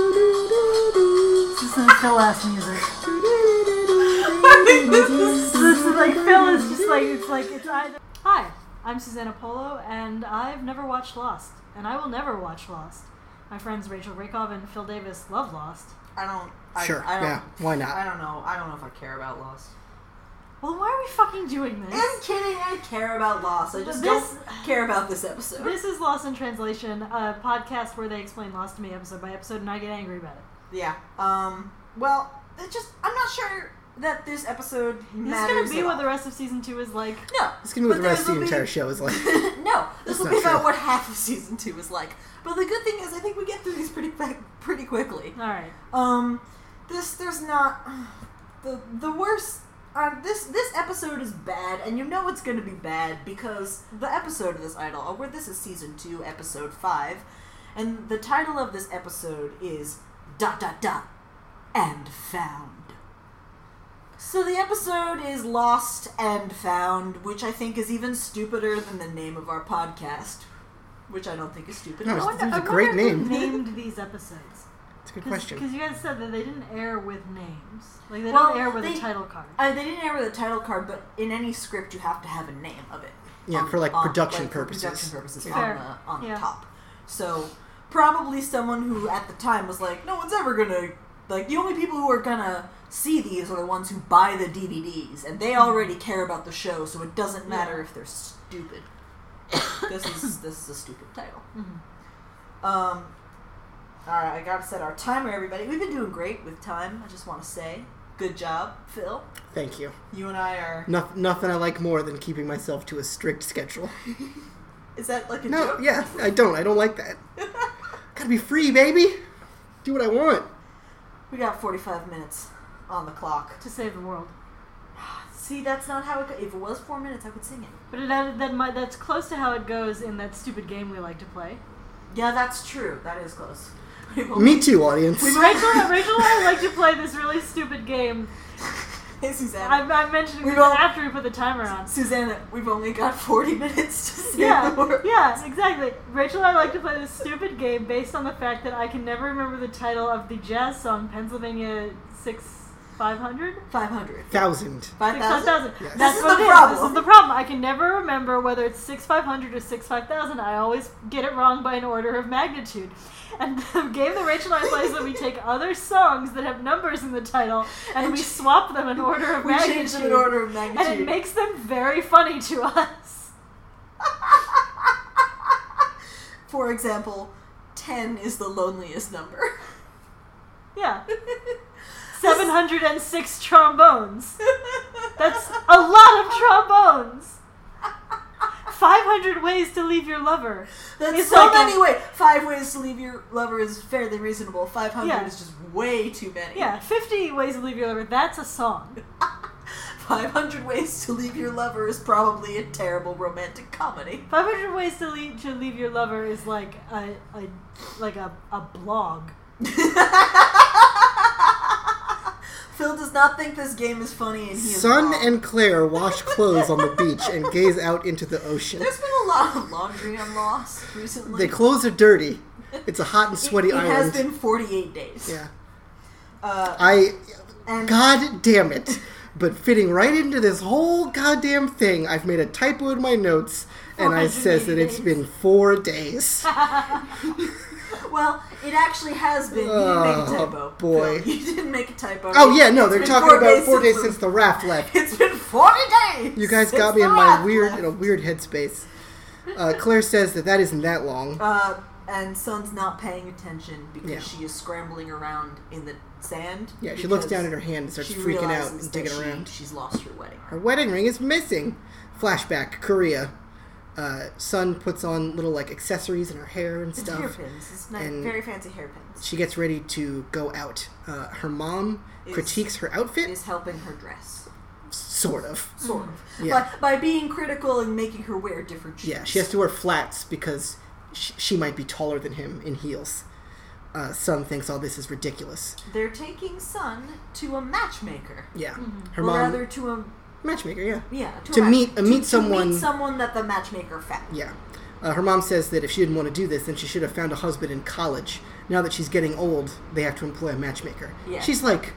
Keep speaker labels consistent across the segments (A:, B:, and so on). A: This is some Phil ass music. This is like Phil is just like it's like it's either. Hi, I'm Susanna Polo, and I've never watched Lost, and I will never watch Lost. My friends Rachel Rakoff and Phil Davis love Lost.
B: I don't. I,
C: Sure,
B: I don't,
C: yeah, why not?
B: I don't know. I don't know if I care about Lost.
A: Well, why are we fucking doing this?
B: I'm kidding. I care about Lost. I just
A: This-
B: don't care about this episode.
A: This is Lost in Translation, a podcast where they explain Lost to me episode by episode, and I get angry about it.
B: yeah. Um. Well, it just. I'm not sure that this episode
A: This
B: matters.
A: is gonna be
B: at
A: what
B: all.
A: the rest of season two is like.
B: No.
C: It's gonna be what
B: but
C: the rest of
B: this
C: the
B: will be-
C: entire show is like.
B: no,
C: That's
B: this will
C: not
B: be about
C: true.
B: what half of season two is like. But the good thing is, I think we get through these pretty fa- pretty quickly.
A: All right,
B: Um, this there's not the the worst. Uh, this this episode is bad, and you know it's going to be bad because the episode of this idol, or where this is season two, episode five, and the title of this episode is dot dot dot and found. So the episode is lost and found, which I think is even stupider than the name of our podcast, which I don't think is stupid.
C: No,
B: at
A: I
C: it's-
B: all.
C: That's a
A: wonder, I wonder
C: great
A: who
C: name.
A: named these episodes.
C: It's a good question.
A: Because you guys said that they didn't air with names. Like they
B: Well,
A: don't air with
B: they-
A: a title card.
B: Uh, they didn't ever the title card, but in any script, you have to have a name of it.
C: Yeah,
B: on-
C: for, like,
B: on-
C: production
B: like, for
C: purposes.
B: Production purposes
A: Yeah.
B: on
A: Fair.
B: the on the
A: Yeah.
B: top. So probably someone who at the time was like, no one's ever gonna like the only people who are gonna see these are the ones who buy the DVDs, and they already care about the show, so it doesn't matter
A: Mm-hmm. Yeah.
B: if they're stupid. this is this is a stupid title.
A: Mhm.
B: Um, all right, I gotta set our timer, everybody. We've been doing great with time. I just want to say, good job, Phil.
C: Thank you.
B: You and I are.
C: No, nothing I like more than keeping myself to a strict schedule.
B: Is that like a
C: No,
B: joke?
C: yeah, I don't. I don't like that. Gotta be free, baby. Do what I want.
B: We got 45 minutes on the clock.
A: to save the world.
B: See, that's not how it go- If it was four minutes, I could sing it.
A: But it, that, that might, that's close to how it goes in that stupid game we like to play.
B: Yeah, that's true. That is close.
C: Me too, audience.
A: Rachel, Rachel and I like to play this really stupid game.
B: Hey, Susanna.
A: I'm, I'm mentioning
B: We
A: this
B: don't-
A: after we put the timer on.
B: Susanna, we've only got 40 minutes to sing
A: Yeah,
B: the word.
A: yeah, exactly. Rachel and I like to play this stupid game based on the fact that I can never remember the title of the jazz song Pennsylvania Six Five Hundred.
B: 500.
C: Thousand.
B: 5,000?
C: Yes.
A: That's
B: This is
A: what
B: the
A: it is.
B: problem.
A: This is the problem. I can never remember whether it's six five hundred or six five thousand. I always get it wrong by an order of magnitude. And the game that Rachel and I play is that we take other songs that have numbers in the title and,
B: And
A: we
B: ch-
A: swap them in order of
B: We
A: magnitude.
B: changed them in order of magnitude.
A: And it makes them very funny to us.
B: For example, 10 is the loneliest number.
A: Yeah. 706 trombones. That's a lot of trombones. 500 ways to leave your lover.
B: That's
A: It's
B: so
A: like a-
B: many ways. Five ways to leave your lover is fairly reasonable. Five hundred
A: Yeah.
B: is just way too many.
A: Yeah, 50 ways to leave your lover. That's a song.
B: Five hundred ways to leave your lover is probably a terrible romantic comedy.
A: 500 ways to leave to leave your lover is like a, a like a, a blog.
B: Phil does not think this game is funny, and he is
C: Son
B: wrong.
C: and Claire wash clothes on the beach and gaze out into the ocean.
B: There's been a lot of laundry on Lost recently.
C: Their clothes are dirty. It's a hot and
B: It-
C: sweaty
B: it,
C: island.
B: has been forty-eight days.
C: yeah.
B: Uh,
C: I.
B: and
C: God damn it. But fitting right into this whole goddamn thing, I've made a typo in my notes, and I says that it's
A: 480
C: been four days.
B: well, it actually has been. You didn't make a
C: Oh,
B: typo.
C: boy.
B: Phil, you didn't make a typo.
C: Oh yeah, no,
B: It's
C: they're
B: been
C: talking
B: four
C: about
B: days
C: four
B: since
C: days
B: the-
C: since the raft left.
B: It's been 40 days!
C: You guys got
B: since
C: me
B: the
C: in my
B: last
C: weird,
B: one.
C: in a weird headspace. Uh, Claire says that that isn't that long.
B: Uh, and Sun's not paying attention because
C: Yeah.
B: she is scrambling around in the sand.
C: Yeah, she looks
B: because
C: down at her hand and starts
B: she
C: freaking out
B: realizes
C: and
B: that
C: digging
B: she-
C: around.
B: She's lost her wedding.
C: Her wedding ring is missing. Flashback, Korea. Uh, Sun puts on little like accessories in her hair and
B: It's
C: stuff.
B: hairpins. It's nice,
C: And-
B: very fancy hairpins.
C: She gets ready to go out. Uh, her mom
B: Is-
C: critiques her outfit,
B: Is helping her dress.
C: sort of.
B: Sort of.
C: Mm. Yeah.
B: By, by being critical and making her wear different shoes.
C: Yeah, she has to wear flats because sh- she might be taller than him in heels. Uh, Sun thinks all this is ridiculous.
B: They're taking Sun to a matchmaker.
C: Yeah, her
B: or
C: mom.
B: Mm-hmm. rather, to a
C: Matchmaker, yeah.
B: Yeah. To,
C: To
B: a
C: meet-
B: to-
C: meet
B: To
C: someone-
B: meet someone that the matchmaker found.
C: Yeah. Uh, her mom says that if she didn't want to do this, then she should have found a husband in college. Now that she's getting old, they have to employ a matchmaker.
B: Yeah.
C: She's like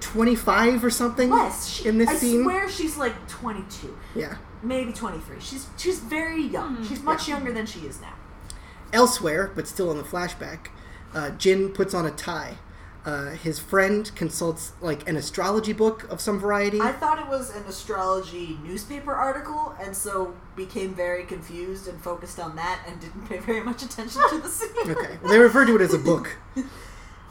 C: 25 or something
B: Less. She,
C: in this
B: I
C: scene.
B: swear she's like 22,
C: Yeah.
B: maybe 23. She's she's very young. She's much younger than she is now.
C: Elsewhere, but still in the flashback, uh, Jin puts on a tie. Uh, his friend consults like an astrology book of some variety.
B: I thought it was an astrology newspaper article, and so became very confused and focused on that, and didn't pay very much attention to the scene.
C: Okay. Well, they refer to it as a book.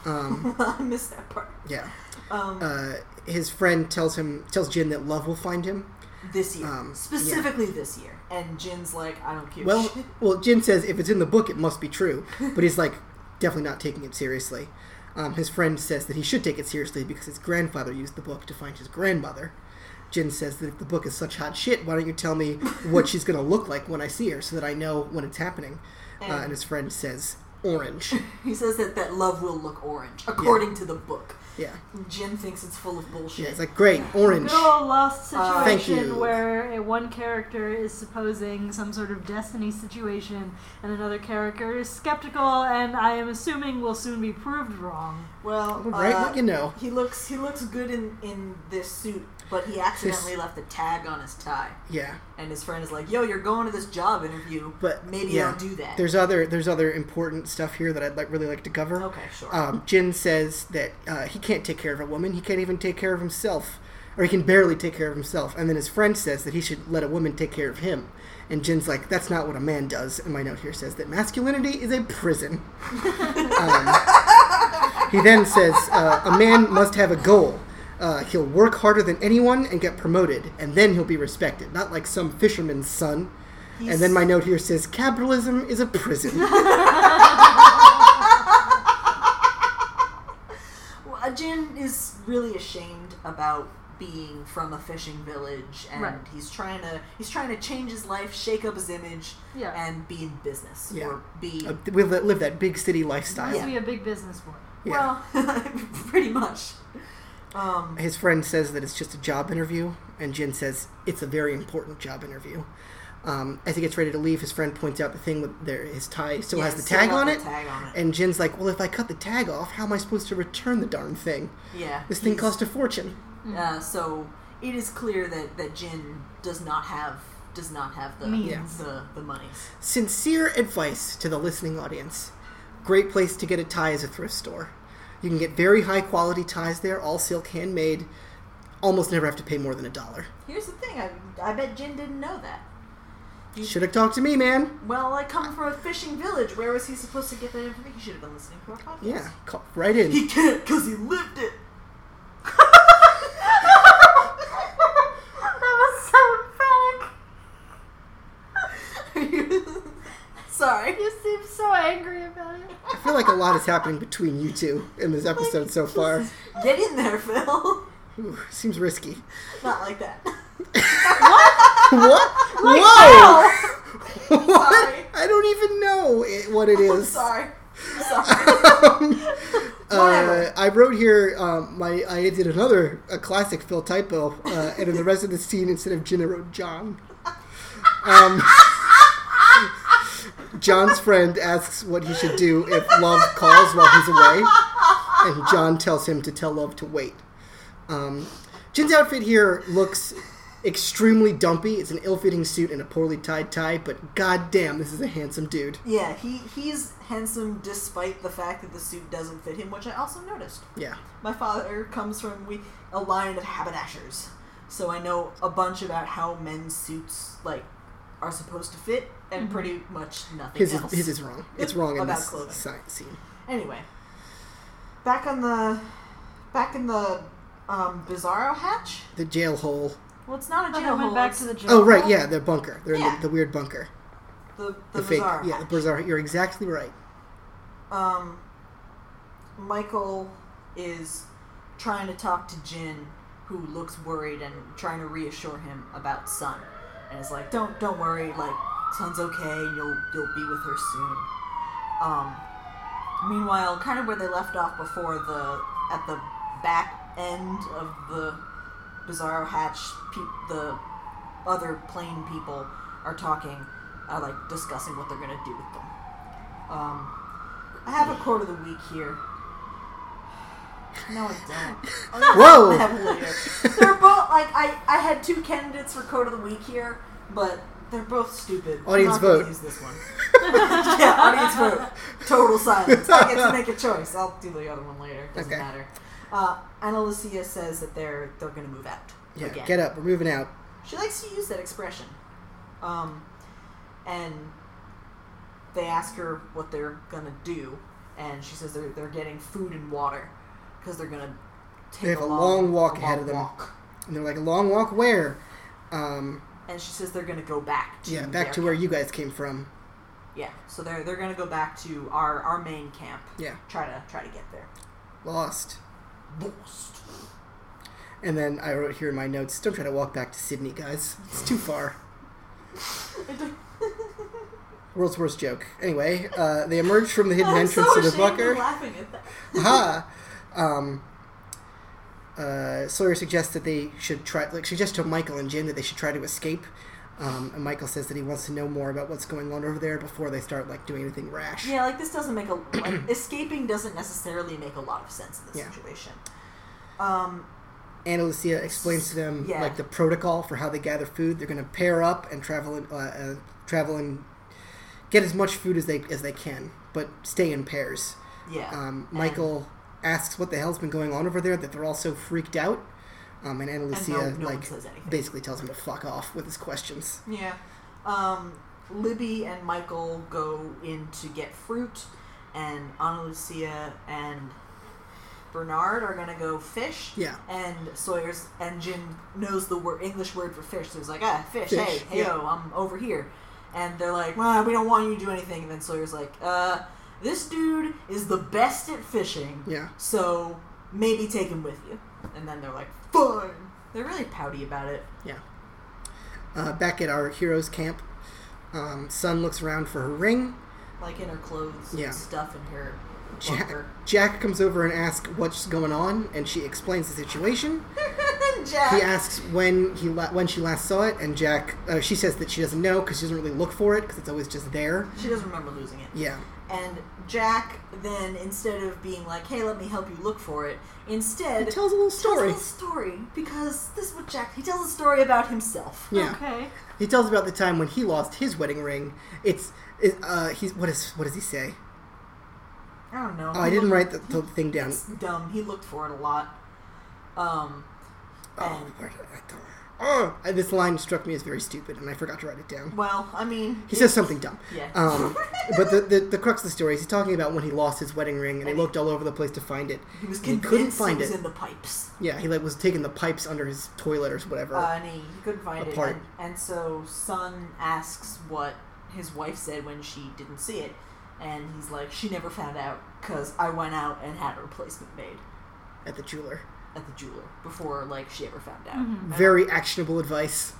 C: Um,
B: I missed that part.
C: yeah.
B: Um,
C: Uh, his friend tells him tells Jin that love will find him.
B: this year,
C: um, yeah.
B: specifically this year, and Jin's like, I don't care.
C: Well,
B: shit.
C: well, Jin says if it's in the book, it must be true. But he's like definitely not taking it seriously. Um, his friend says that he should take it seriously because his grandfather used the book to find his grandmother. Jin says that if the book is such hot shit, why don't you tell me what she's going to look like when I see her so that I know when it's happening? Uh,
B: And-
C: and his friend says orange.
B: he says that that love will look orange, according to the book.
C: Yeah.
B: Jin thinks it's full of bullshit.
C: yeah. It's like great orange.
A: Good old lost
B: Uh,
C: Thank
A: situation
C: you.
A: where a, one character is supposing some sort of destiny situation and another character is skeptical and I am assuming will soon be proved wrong.
B: well,
C: Right?
B: uh,
C: What you know.
B: he looks he looks good in in this suit, but he accidentally left a tag on his tie.
C: Yeah.
B: And his friend is like, "Yo, you're going to this job interview,
C: But,
B: maybe
C: yeah.
B: don't do that."
C: There's other there's other important stuff here that I'd like really like to cover.
B: okay, sure.
C: um, Jin says that uh, he can't take care of a woman. He can't even take care of himself, or he can barely take care of himself. And then his friend says that he should let a woman take care of him. And Jin's like, "That's not what a man does." And my note here says that masculinity is a prison. um, he then says, uh, "A man must have a goal." Uh, he'll work harder than anyone and get promoted, and then he'll be respected. Not like some fisherman's son. And then my note here says, "Capitalism is a prison." Uh,
B: Well, uh, Jin is really ashamed about being from a fishing village, and
A: Right.
B: he's trying to he's trying to change his life, shake up his image,
A: Yeah.
B: and be in business
C: Yeah.
B: or be
C: Uh, we live, live that big city lifestyle.
A: Must be a big business boy.
C: Yeah.
B: well, pretty much. Um,
C: His friend says that it's just a job interview, and Jin says it's a very important job interview. Um, as he gets ready to leave, his friend points out the thing with their, his tie still
B: yeah,
C: has the
B: still
C: tag
B: got
C: on
B: the
C: it,
B: Tag on it.
C: and Jin's like, "Well, if I cut the tag off, how am I supposed to return the darn thing?
B: yeah,
C: This thing
B: he's-
C: cost a fortune."
B: Uh, so it is clear that that Jin does not have does not have the
A: Means.
B: the, the monies.
C: Sincere advice to the listening audience: Great place to get a tie is a thrift store. You can get very high quality ties there, all silk, handmade. Almost never have to pay more than a dollar.
B: Here's the thing: I, I bet Jin didn't know that.
C: Should have talked to me, man.
B: Well, I come from a fishing village. Where was he supposed to get that information? He should have been listening to our podcast.
C: Yeah, call, right in.
B: He can't because he lived it.
A: that
B: Sorry.
A: was so emphatic. You seem so angry about it.
C: I feel like a lot is happening between you two in this episode so far.
B: Get in there, Phil.
C: Ooh, seems risky.
B: Not like that.
C: What? Whoa! what?
B: Sorry.
C: I don't even know it, what it
B: I'm
C: is.
B: sorry. I'm sorry.
C: Um, uh,
B: Whatever.
C: I wrote here. Um, my I did another a classic Phil typo, uh, and in the rest of the scene, instead of Jin, I wrote John. Um, John's friend asks what he should do if Love calls while he's away, and John tells him to tell Love to wait. Um, Jin's outfit here looks extremely dumpy. It's an ill-fitting suit and a poorly tied tie, but goddamn, this is a handsome dude.
B: Yeah, he he's handsome despite the fact that the suit doesn't fit him, which I also noticed.
C: Yeah.
B: My father comes from we a line of haberdashers, so I know a bunch about how men's suits like are supposed to fit, and pretty much nothing
C: His is,
B: else.
C: his is wrong. It's wrong in
B: About
C: this
B: clothing.
C: science scene.
B: Anyway, back on the back in the um, Bizarro hatch.
C: The jail hole.
B: Well, it's not a
A: Oh, they
B: jail
A: went
B: hole.
A: back
B: it's
A: to the jail.
C: Oh, right, yeah, the bunker. They're in
B: Yeah.
C: the, the weird bunker.
B: the
C: The,
B: the,
C: fake.
B: Bizarro
C: Yeah, the
B: hatch.
C: bizarre. You're exactly right.
B: um, Michael is trying to talk to Jin, who looks worried and trying to reassure him about Sun, and is like, "Don't don't worry, like Sun's okay, and you'll you'll be with her soon." Um, meanwhile, kind of where they left off before the at the back end of the Bizarro Hatch, pe- the other plane people are talking, uh, like discussing what they're gonna do with them. Um, I have a quote of the week here. No, I don't. I'll
C: Whoa.
B: have it later. They're both like I. I had two candidates for quote of the week here, but they're both stupid. I'm
C: Audience
B: not gonna
C: vote.
B: Use this one. yeah, audience vote. Total silence. I get to make a choice. I'll do the other one later. Doesn't
C: Okay.
B: matter. Uh, Ana Lucia says that they're they're gonna move out.
C: Yeah,
B: again.
C: get up. We're moving out.
B: She likes to use that expression. Um, and they ask her what they're gonna do, and she says they're, they're getting food and water because they're gonna take
C: They have
B: a
C: a
B: long,
C: long walk
B: a
C: ahead of them.
B: walk.
C: And they're like, a long walk where? Um,
B: And she says they're gonna go back. To
C: yeah, back
B: their
C: to where
B: camp.
C: you guys came from.
B: Yeah, so they're they're gonna go back to our our main camp.
C: Yeah,
B: Try to try to get there.
C: lost.
B: Boost.
C: And then I wrote here in my notes, don't try to walk back to Sydney, guys. It's too far. World's worst joke. Anyway, uh, they emerge from the hidden
B: I'm
C: entrance
B: so
C: to the
B: ashamed of
C: bunker.
B: Laughing at that.
C: Aha! Um, uh, Sawyer suggests that they should try, like, suggests to Michael and Jim that they should try to escape. Um, and Michael says that he wants to know more about what's going on over there before they start, like, doing anything rash.
B: Yeah, like this doesn't make a like, escaping doesn't necessarily make a lot of sense in this
C: Yeah.
B: situation. Um,
C: Anna Lucia explains to them,
B: Yeah.
C: like, the protocol for how they gather food. They're going to pair up and travel and, uh, uh, travel and get as much food as they, as they can, but stay in pairs.
B: yeah.
C: Um,
B: And-
C: Michael asks what the hell's been going on over there, that they're all so freaked out. Um, and Anna
B: and
C: Lucia,
B: no, no one
C: like,
B: says anything.
C: basically tells him to fuck off with his questions.
B: Yeah. Um, Libby and Michael go in to get fruit, and Ana Lucia and Bernard are gonna go fish.
C: Yeah.
B: And Sawyer's and Jim knows the word English word for fish, so he's like, ah, fish.
C: Fish,
B: Hey, hey,
C: yeah.
B: yo, I'm over here. And they're like, well, we don't want you to do anything. And then Sawyer's like, uh, this dude is the best at fishing.
C: Yeah.
B: So maybe take him with you. And then they're like, fine. They're really pouty about it.
C: Uh, back at our heroes' camp, um, Sun looks around for her ring.
B: like in her clothes
C: Yeah.
B: and stuff in her
C: Jack,
B: bunker.
C: Jack comes over and asks what's going on, and she explains the situation.
B: Jack.
C: He asks when he la- when she last saw it, and Jack uh, she says that she doesn't know because she doesn't really look for it because it's always just there.
B: She doesn't remember losing it.
C: Yeah,
B: And Jack then, instead of being like, "Hey, let me help you look for it,"
C: he
B: instead
C: tells a little
B: tells a
C: story.
B: little story because this is what Jack. He tells a story about himself.
C: Yeah,
A: Okay.
C: he tells about the time when he lost his wedding ring. It's it, uh, he's what is what does he say?
B: I don't know.
C: Oh, I
B: He
C: didn't
B: looked-
C: write the, the thing down.
B: It's dumb. He looked for it a lot. Um,
C: Oh, where did I go? Oh, and this line struck me as very stupid, and I forgot to write it down.
B: well, I mean,
C: He says something dumb.
B: yeah.
C: Um, but the, the the crux of the story is he's talking about when he lost his wedding ring and he looked all over the place to find it.
B: he was
C: he couldn't
B: convinced
C: find
B: it was
C: it.
B: in the pipes.
C: Yeah, he like was taking the pipes under his toilet or whatever.
B: Uh, and he, he couldn't find
C: apart.
B: it. And, and so Sun asks what his wife said when she didn't see it. And he's like, she never found out because I went out and had a replacement made
C: at the jeweler.
B: at the jeweler before like she ever found out.
A: Mhm.
C: Very actionable advice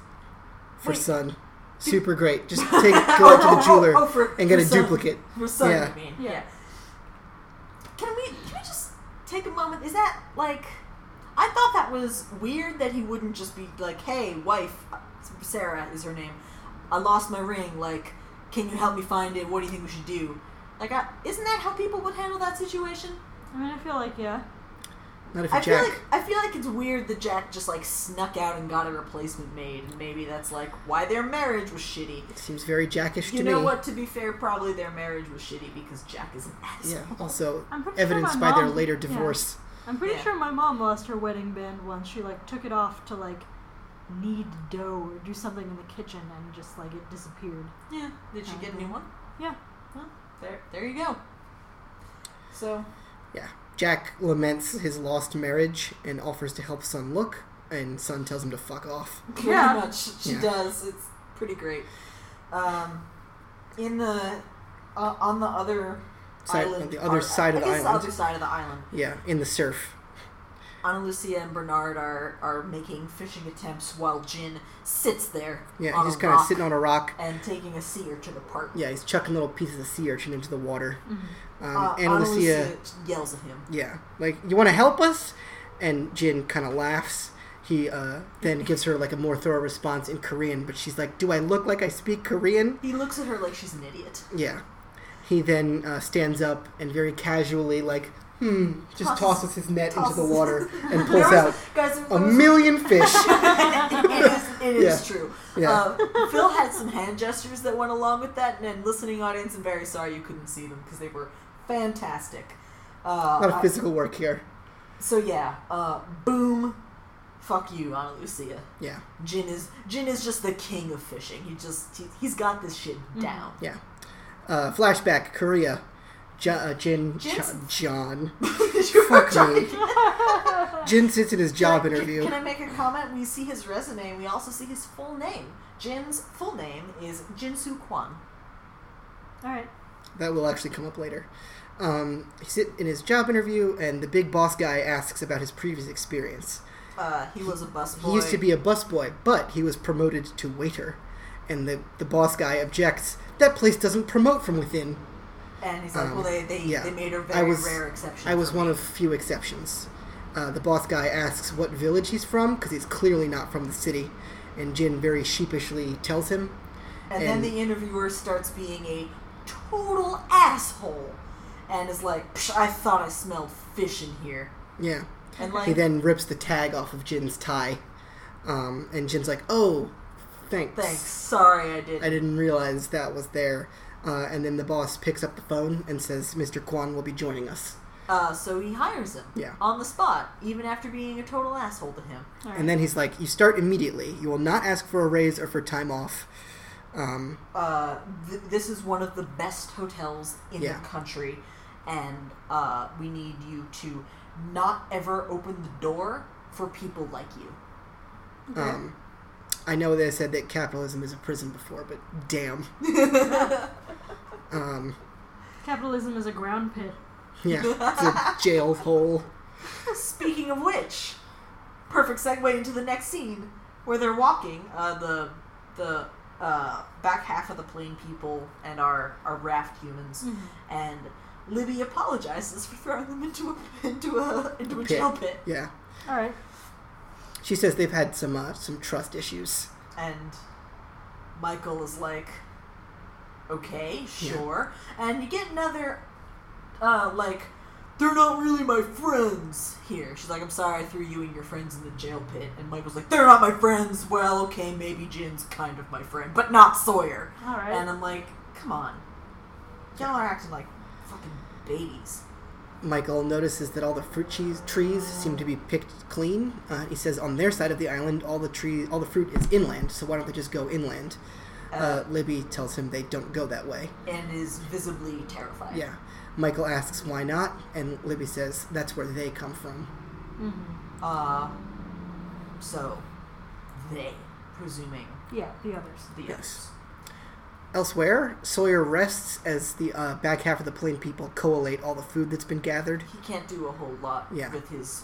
C: for
B: uh-huh. Wait.
C: Sun. Super great. Just take go out to the jeweler
B: Oh, oh, for-
C: and get
B: for
C: a
B: Sun-
C: duplicate.
B: For Sun,
C: Yeah.
B: I mean,
A: Yeah.
B: yeah. Can we can we just take a moment? Is that like? I thought that was weird that he wouldn't just be like, "Hey, wife, Sarah is her name. I lost my ring. Like, can you help me find it? What do you think we should do?" Like, I, isn't that how people would handle that situation?
A: I mean, I feel like yeah.
C: Not if
B: I
C: you
B: feel
C: Jack.
B: like I feel like it's weird that Jack just like snuck out and got a replacement made, and maybe that's like why their marriage was shitty.
C: Seems very Jackish
B: You
C: to
B: know
C: me.
B: what? To be fair, probably their marriage was shitty because Jack is an asshole.
C: Yeah. Also,
A: I'm pretty sure
C: evidenced
A: my
C: by their
A: mom-
C: later
A: yeah.
C: divorce.
A: I'm pretty
B: Yeah.
A: sure my mom lost her wedding band once. She like took it off to like knead dough or do something in the kitchen, and just like it disappeared.
B: Yeah. Did she get a new one?
A: Um, Yeah.
B: Well, there, there you go. So
C: Jack laments his lost marriage and offers to help Sun look, and Sun tells him to fuck off.
B: pretty
A: Yeah.
B: much she
C: Yeah.
B: does. It's pretty great. Um, in the uh, on the other
C: Side-
B: island,
C: on the other
B: or-
C: side of the
B: I guess
C: island.
B: the other side of the island.
C: Yeah, in the surf.
B: Ana Lucia and Bernard are are making fishing attempts while Jin sits there.
C: Yeah,
B: on
C: he's just
B: a
C: kind of
B: rock
C: sitting on a rock.
B: and taking a sea urchin apart.
C: Yeah, he's chucking little pieces of sea urchin into the water. Um,
B: Uh,
C: Ana
B: Ana
C: Lucia,
B: Lucia yells at him.
C: yeah, like, you want to help us? And Jin kind of laughs. he uh, then gives her like a more thorough response in Korean, but she's like, "Do I look like I speak Korean?"
B: He looks at her like she's an idiot.
C: Yeah. He then uh, stands up and very casually, like, hmm, just tosses,
B: Tosses-
C: his net into
B: tosses.
C: the water and
B: There
C: pulls
B: was-
C: out
B: guys, there
C: a
B: was-
C: million fish.
B: it is, it is
C: Yeah.
B: true.
C: Yeah.
B: Uh, Phil had some hand gestures that went along with that, and then listening audience, I'm very sorry you couldn't see them because they were fantastic. Uh,
C: A lot
B: I-
C: of physical work here.
B: so yeah, uh, boom, fuck you, Ana Lucia.
C: Yeah,
B: Jin is Jin is just the king of fishing. He just he, he's got this shit down.
C: yeah. Uh, flashback, Korea. Jo- uh, Jin, jo-
B: Jin's-
C: John.
B: You were
C: Fuck me. Jin sits in his job
B: Can I-
C: interview.
B: Can I make a comment? We see his resume. We also see his full name. Jin's full name is Jinsu Kwan.
A: All right.
C: That will actually come up later. Um, he sit in his job interview, and the big boss guy asks about his previous experience.
B: Uh, he was a busboy.
C: He used to be a busboy, but he was promoted to waiter. And the, the boss guy objects, that place doesn't promote from within.
B: and he's like,
C: um,
B: well, they they,
C: yeah.
B: they made a
C: I
B: very
C: was-
B: rare exception.
C: I was
B: for
C: one
B: me.
C: of few exceptions. Uh, the boss guy asks what village he's from, because he's clearly not from the city. And Jin very sheepishly tells him.
B: And, then
C: and-
B: the interviewer starts being a total asshole, and is like, Psh, I thought I smelled fish in here,
C: Yeah.
B: and like.
C: He then rips the tag off of Jin's tie. Um, and Jin's like, oh,
B: Thanks. Sorry, I did.
C: I didn't realize that was there. Uh, and then the boss picks up the phone and says, Mr. Kwan will be joining us.
B: Uh, so he hires him
C: Yeah.
B: on the spot, even after being a total asshole to him.
A: All right.
C: And then he's like, You start immediately. You will not ask for a raise or for time off. Um,
B: Uh, th- this is one of the best hotels in
C: Yeah.
B: the country, and uh, we need you to not ever open the door for people like you.
A: Okay.
C: um, I know they said that capitalism is a prison before, but damn. um,
A: Capitalism is a ground pit.
C: yeah, it's a jail hole.
B: Speaking of which, perfect segue into the next scene where they're walking. Uh, the the uh, back half of the plane people and our, our raft humans, and Libby apologizes for throwing them into a into a into a
C: Pit.
B: jail pit,
C: Yeah.
A: All right.
C: She says they've had some uh, some trust issues.
B: and Michael is like, "Okay, sure," and you get another uh, like. They're not really my friends here. She's like, I'm sorry I threw you and your friends in the jail pit. And Michael's like, They're not my friends. Well, okay, maybe Jin's kind of my friend, but not Sawyer.
A: All right.
B: And um, I'm like, Come on. Y'all are acting like fucking babies.
C: Michael notices that all the fruit cheese trees seem to be picked clean. Uh, he says on their side of the island, all the tree, all the fruit is inland. So why don't they just go inland? Uh, Libby tells him they don't go that way.
B: And is visibly terrified.
C: Yeah. Michael asks why not, and Libby says that's where they come from.
A: Mhm.
B: Uh, so, they, presuming
A: Yeah, the others.
B: the
C: Yes. Elsewhere, Sawyer rests as the uh, back half of the plain people collate all the food that's been gathered.
B: He can't do a whole lot
C: Yeah.
B: with his.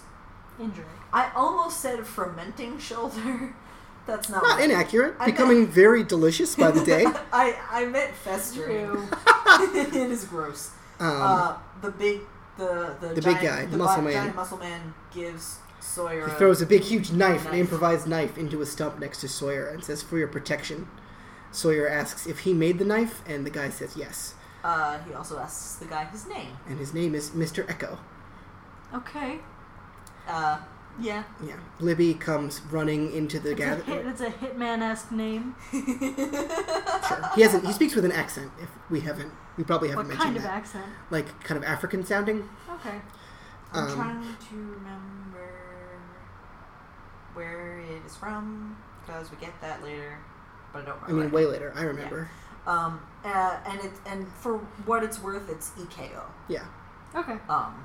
A: Injury.
B: I almost said fermenting shoulder. That's
A: Oh.
B: not.
C: Not
B: what-
C: inaccurate,
B: I bet-
C: becoming very delicious by the day.
B: I I meant festering.
A: Ew.
B: it is gross.
C: Um,
B: uh, the big the the,
C: the big
B: giant,
C: guy,
B: the
C: muscle
B: bi-
C: man.
B: giant muscle man gives Sawyer.
A: Oh,
C: He
B: a-
C: throws a big, huge knife, an
B: Knife.
C: improvised knife, into a stump next to Sawyer and says, For your protection. Sawyer asks if he made the knife, and the guy says yes.
B: Uh, he also asks the guy his name.
C: And his name is Mr. Echo.
A: Okay.
B: Uh, yeah.
C: Yeah. Libby comes running into the
A: That's a, hit,
C: gather.
A: that's a hitman-esque name.
C: Sure. He hasn't. He speaks with an accent. If we haven't, we probably haven't
A: What
C: mentioned
A: kind of
C: that.
A: accent?
C: Like kind of African sounding.
A: Okay.
B: I'm
C: Um,
B: trying to remember where it is from because we get that later, but I don't
C: I mean,
B: remember.
C: way later. I remember.
B: um, uh, and it and for what it's worth, it's EKO,
C: Yeah.
A: Okay.
B: um,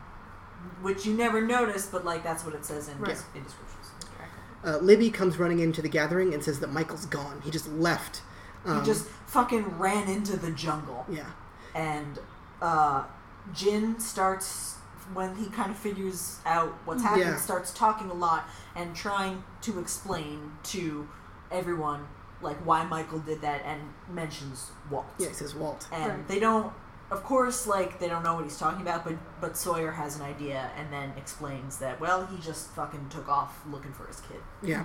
B: which you never notice, but like that's what it says in,
A: Right.
B: in descriptions.
C: Uh, Libby comes running into the gathering and says that Michael's gone. He just left. Um,
B: he just fucking ran into the jungle,
C: yeah.
B: and uh, Jin starts when he kind of figures out what's happening,
C: Yeah.
B: starts talking a lot and trying to explain to everyone like why Michael did that, and mentions Walt.
C: Yeah. He says Walt.
B: and
A: Right.
B: they don't of course, like they don't know what he's talking about, but but Sawyer has an idea and then explains that well, he just fucking took off looking for his kid.
C: Yeah.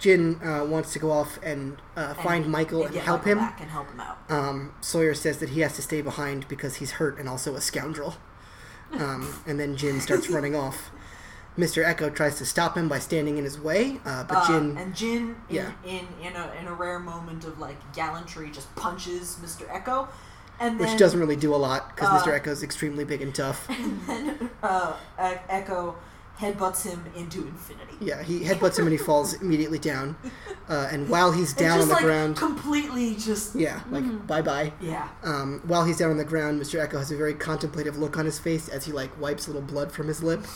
C: Jin uh, wants to go off and uh, find Michael and
B: get
C: help
B: Michael
C: him.
B: back and help him out.
C: Um, Sawyer says that he has to stay behind because he's hurt and also a scoundrel. Um, and then Jin starts running off. Mr. Echo tries to stop him by standing in his way, uh, but
B: Uh,
C: Jin,
B: and Jin, in,
C: Yeah.
B: in in a in a rare moment of like gallantry, just punches Mr. Echo, and then
C: which doesn't really do a lot because
B: uh,
C: Mr. Echo's extremely big and tough.
B: and then uh, E- Echo headbutts him into infinity.
C: Yeah, he headbutts him and he falls immediately down. Uh, and while he's
B: And
C: down
B: just
C: on the
B: like
C: ground,
B: completely just yeah.
C: yeah, like bye bye. Um, while he's down on the ground, Mr. Echo has a very contemplative look on his face as he like wipes a little blood from his lip.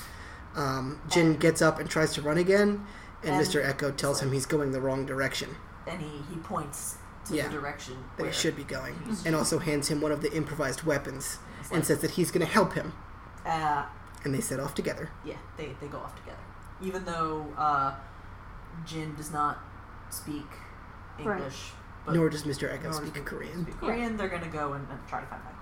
C: Um, Jin gets up and tries to run again, and,
B: And-
C: Mr. Echo tells him he's going the wrong direction
B: and he he points to
C: Yeah.
B: the direction
C: that
B: where Mm-hmm.
C: he should be going, and also hands him one of the improvised weapons
B: It's
C: and
B: like-
C: says that he's going to help him.
B: Uh,
C: And they set off together.
B: yeah, they, they go off together. Even though uh, Jin does not speak
A: Right.
B: English, but
C: Nor does Mr. Echo
B: nor does
C: speak
B: he
C: Korean.
B: speak Korean, they're gonna go and, and try to find Michael.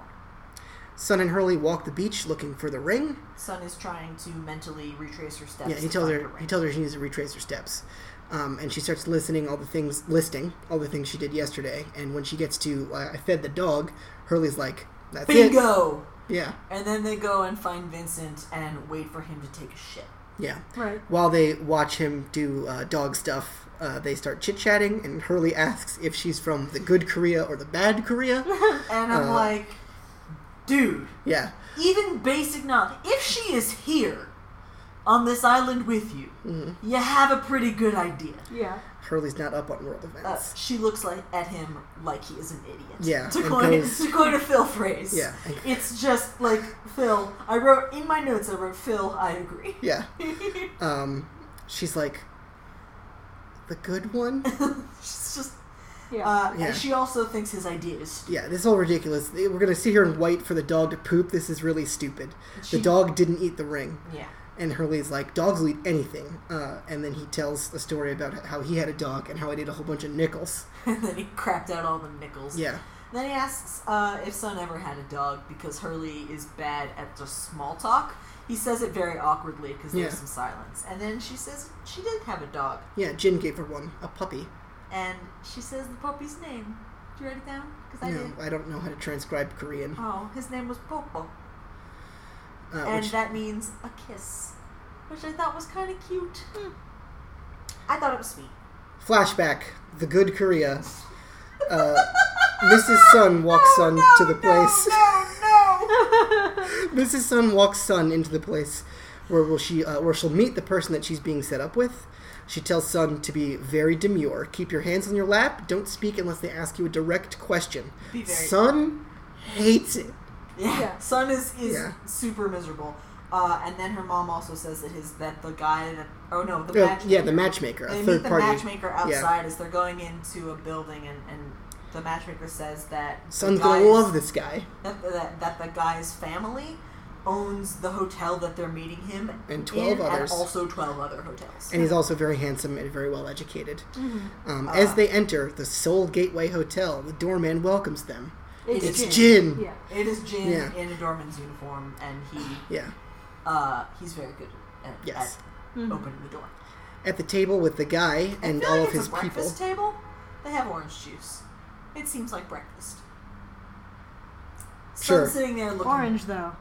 C: Sun and Hurley walk the beach looking for the ring.
B: Sun is trying to mentally retrace her steps.
C: Yeah, he
B: to
C: tells
B: find
C: her he
B: ring.
C: tells her she needs to retrace her steps, um, and she starts listening all the things listing all the things she did yesterday. And when she gets to uh, I fed the dog, Hurley's like, "That's it."
B: Bingo.
C: Yeah,
B: And then they go and find Vincent and wait for him to take a shit.
C: yeah.
A: Right.
C: While they watch him do uh, dog stuff, uh, they start chit chatting, and Hurley asks if she's from the good Korea or the bad Korea.
B: And I'm
C: Uh,
B: like, dude,
C: yeah,
B: even basic knowledge. If she is here on this island with you,
C: Mhm.
B: you have a pretty good idea.
A: Yeah.
C: Hurley's not up on world
B: Uh,
C: events.
B: she looks like at him like he is an idiot.
C: Yeah,
B: To
C: and
B: coin,
C: goes-
B: to coin a Phil phrase.
C: Yeah.
B: It's just like Phil. I wrote in my notes. I wrote Phil. I agree.
C: Yeah, um, she's like the good one.
B: She's
A: Yeah.
B: just. Uh,
C: Yeah.
B: And she also thinks his idea is stupid.
C: Yeah, this is all ridiculous. We're gonna sit here and wait for the dog to poop. This is really stupid.
B: She-
C: The dog didn't eat the ring,
B: Yeah.
C: and Hurley's like, "Dogs will eat anything." Uh, and then he tells a story about how he had a dog and how it ate a whole bunch of nickels.
B: And then he crapped out all the nickels.
C: Yeah,
B: Then he asks uh, if Sun ever had a dog because Hurley is bad at just small talk. He says it very awkwardly because there's
C: Yeah.
B: some silence. And then she says she did have a dog.
C: yeah. Jin gave her one, a puppy.
B: And she says the puppy's name. Did you write it down? Because I
C: No,
B: did.
C: I don't know how to transcribe Korean,
B: Oh, his name was Popo.
C: uh,
B: and
C: which
B: that means a kiss. Which I thought was kind of cute. I thought it was sweet.
C: Flashback: The Good Korea. Uh, Mrs. Sun walks Sun to the place.
B: Oh, No, no, no.
C: Mrs. Sun walks Sun into the place where will she uh, where she'll meet the person that she's being set up with. She tells Sun to be very demure. Keep your hands on your lap. Don't speak unless they ask you a direct question.
B: Be very-
C: Sun hates it.
B: Yeah.
A: Yeah.
B: Sun is, is
C: Yeah.
B: super miserable. Uh, and then her mom also says that his that the guy that oh no the
C: Oh,
B: match
C: yeah, the matchmaker, a
B: they meet
C: third
B: the
C: party.
B: matchmaker outside as they're going into a building and, and the matchmaker says that the
C: Sun's gonna
B: guy's-
C: love this guy
B: that, that that the guy's family owns the hotel that they're meeting him
C: And 12
B: in,
C: others.
B: and also twelve other hotels
C: and he's also very handsome and very well educated. Um, as
B: Uh.
C: they enter the Seoul Gateway Hotel, the doorman welcomes them.
B: It's
C: It's
B: Jin.
C: Jin.
A: Yeah.
B: It is Jin
C: Yeah.
B: in a doorman's uniform, and he
C: yeah.
B: uh, he's very good at,
C: Yes.
B: at
A: Mm-hmm.
B: opening the door.
C: At the table with the guy
B: I
C: and
B: feel
C: all
B: like
C: of his
B: it's a
C: people.
B: breakfast table. They have orange juice. It seems like breakfast.
C: Sure.
B: Sun sitting there looking.
A: Orange though.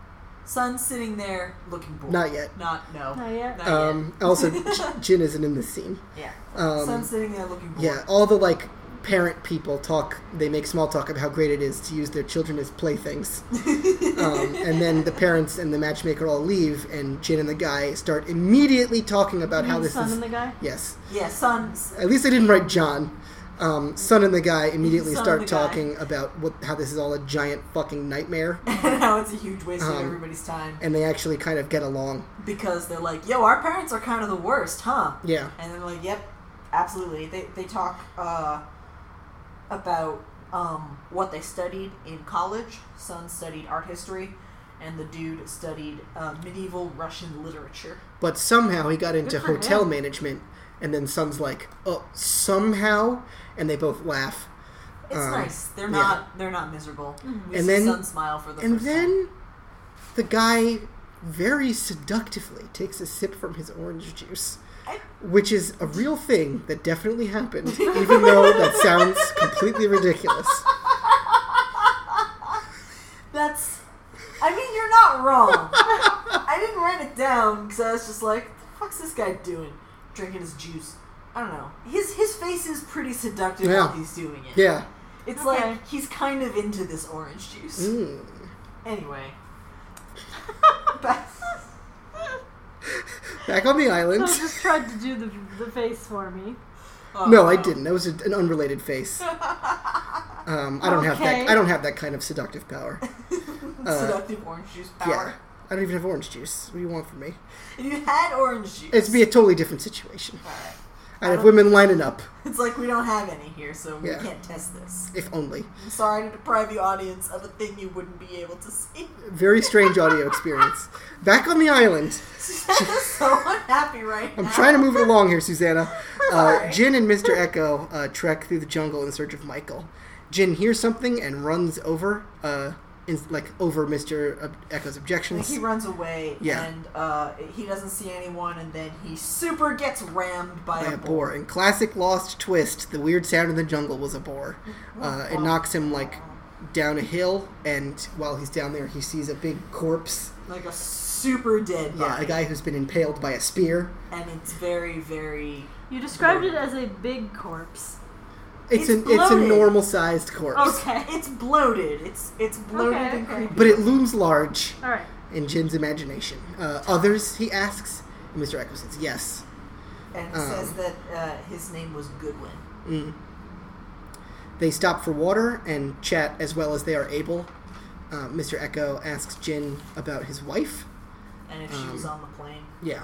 B: Sun sitting there looking bored.
C: Not yet.
B: Not no.
A: Not yet.
B: Not
C: Um, also, J- Jin isn't in this scene.
B: yet. Yeah.
C: Um,
B: Sun sitting there looking bored.
C: Yeah, all the like parent people talk. They make small talk about how great it is to use their children as playthings. um, and then the parents and the matchmaker all leave, and Jin and the guy start immediately talking about
A: You
C: how
A: mean
C: this
A: Sun
C: is.
A: and the guy.
C: yes,
B: Yeah. Sun's
C: at least I didn't write John. Um, Son and the guy immediately
B: Son and
C: start
B: the guy.
C: talking about what how this is all a giant fucking nightmare,
B: now it's a huge waste of
C: Um,
B: everybody's time
C: and they actually kind of get along.
B: because they're like, "Yo, our parents are kind of the worst, huh?"
C: Yeah,
B: And they're like, yep, absolutely. They, they talk uh, about um, what they studied in college. Son studied art history, and the dude studied uh, medieval Russian literature.
C: but somehow he got into
A: Good for
C: hotel
A: him.
C: management, and then Son's like, "Oh, somehow," and they both laugh.
B: It's
C: Um,
B: nice. They're
C: yeah.
B: not they're not miserable. We
C: And
B: see
C: then-
B: Sun smile for the
C: And
B: first time.
C: then the guy very seductively takes a sip from his orange juice,
B: I-
C: which is a real thing that definitely happened, even though that sounds completely ridiculous.
B: That's. I mean, you're not wrong. I didn't write it down because I was just like, "What the fuck's this guy doing? Drinking his juice." I don't know. His his face is pretty seductive
C: Yeah.
B: while he's doing it.
C: Yeah.
B: It's
A: Okay.
B: like he's kind of into this orange juice.
C: Mm.
B: Anyway. Back-
C: Back on the
A: So
C: island.
A: just tried to do the, the face for me.
B: Oh,
C: No, I didn't. That was a, an unrelated face. Um, I don't have that.
A: Okay.
C: I don't have that kind of seductive power.
B: Seductive orange juice
C: Uh, Yeah,
B: power.
C: I don't even have orange juice. What do you want from me?
B: If you had orange juice,
C: It'd be a totally different situation.
B: Alright.
C: I'd have women lining up,
B: It's like we don't have any here, so
C: Yeah.
B: we can't test this.
C: if only.
B: I'm sorry to deprive the audience of a thing you wouldn't be able to see.
C: Very strange audio experience. Back on the island.
B: Susanna's so unhappy right
C: I'm
B: now.
C: trying to move it along here, Susanna. Uh,
B: Sorry.
C: Jin and Mr. Echo uh, trek through the jungle in search of Michael. Jin hears something and runs over, uh, in, like over Mr. Ob- Echo's
B: Like,
C: objections.
B: he runs away,
C: Yeah.
B: and uh, he doesn't see anyone, and then he super gets rammed by,
C: by
B: a
C: a
B: boar.
C: boar. In classic Lost twist, the weird sound in the jungle was a boar. Uh, it knocks him like down a hill, and while he's down there, he sees a big corpse.
B: Like a super dead
C: Yeah,
B: body.
C: a guy who's been impaled by a spear.
B: And it's very, very.
A: You described it as a big corpse.
C: It's,
B: It's
C: an it's a
B: bloated.
C: normal sized corpse,
A: Okay.
B: It's bloated. It's it's bloated
A: Okay,
B: and
A: okay.
B: creepy.
C: but it looms large
A: All right.
C: in Jin's imagination. Uh, others, he asks. And Mr. Echo says yes.
B: and
C: um,
B: says that uh, his name was Goodwin.
C: Mm. They stop for water and chat as well as they are able. Uh, Mr. Echo asks Jin about his wife.
B: And if
C: Um,
B: she was on the plane,
C: Yeah.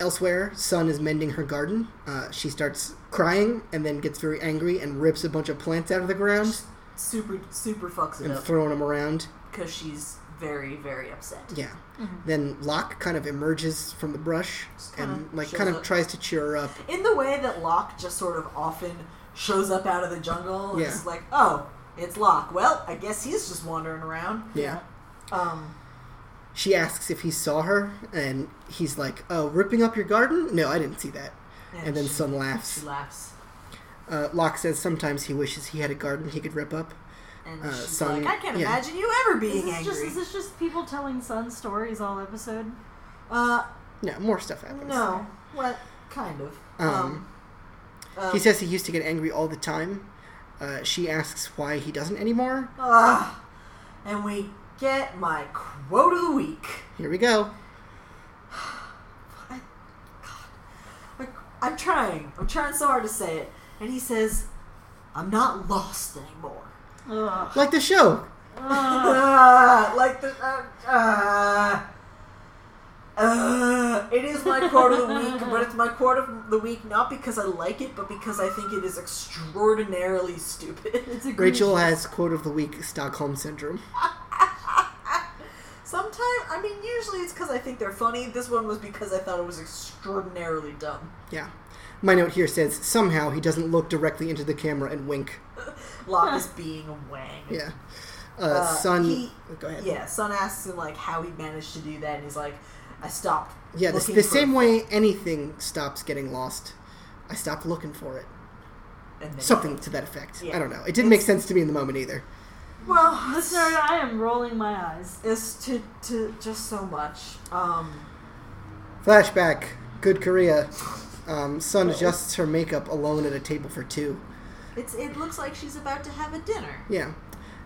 C: Elsewhere, Sun is mending her garden. Uh, she starts crying and then gets very angry and rips a bunch of plants out of the ground
B: super super fucks it
C: and
B: up
C: throwing them around.
B: because she's very very upset.
C: Yeah. Then Locke kind of emerges from the brush
B: Mm-hmm. Just kinda
C: and like
B: shows
C: kind of
B: up.
C: tries to cheer her up.
B: in the way that Locke just sort of often shows up out of the jungle and
C: Yeah.
B: is like, oh, it's Locke. Well, I guess he's just wandering around.
C: Yeah.
B: Um,
C: She asks if he saw her and he's like, "Oh, ripping up your garden? No, I didn't see that." And then
B: she,
C: Sun laughs.
B: she laughs.
C: Uh, Locke says sometimes he wishes he had a garden he could rip up.
B: And
C: Uh,
B: she's
C: Sun-
B: like, I can't
C: yeah.
B: imagine you ever
A: Is
B: being
A: this,
B: angry.
A: just, is this just people telling Sun stories all episode?
B: uh,
C: No, more stuff happens.
B: no. What? Kind of.
C: Um,
B: Um, uh,
C: He says he used to get angry all the time. Uh, she asks why he doesn't anymore.
B: um, "Ugh." and we get my quote of the week.
C: Here we go.
B: Like, I'm trying. I'm trying so hard to say it. And he says, I'm not lost anymore.
A: Ugh.
C: Like the show.
A: Ugh.
B: Ah, like the uh, uh, uh, it is my quote of the week, but it's my quote of the week not because I like it, but because I think it is extraordinarily stupid.
A: It's a
C: Rachel has quote of the week Stockholm syndrome.
B: Sometimes, I mean, usually it's because I think they're funny. This one was because I thought it was extraordinarily dumb.
C: Yeah. My note here says somehow he doesn't look directly into the camera and wink.
B: Locke is being a wang.
C: Yeah. Uh,
B: Uh,
C: Sun.
B: he-
C: go ahead.
B: yeah. Son asks him like how he managed to do that, and he's like, "I stopped."
C: Yeah, the,
B: looking
C: the
B: for-
C: same way anything stops getting lost, I stopped looking for it.
B: and then-
C: Something to that effect.
B: Yeah.
C: I don't know. It didn't make sense to me in the moment either.
B: Well,
A: Listener, I am rolling my eyes.
B: is to to just so much. Um,
C: Flashback. Good Korea. Um, Sun adjusts her makeup alone at a table for two.
B: it's it looks like she's about to have a dinner.
C: Yeah.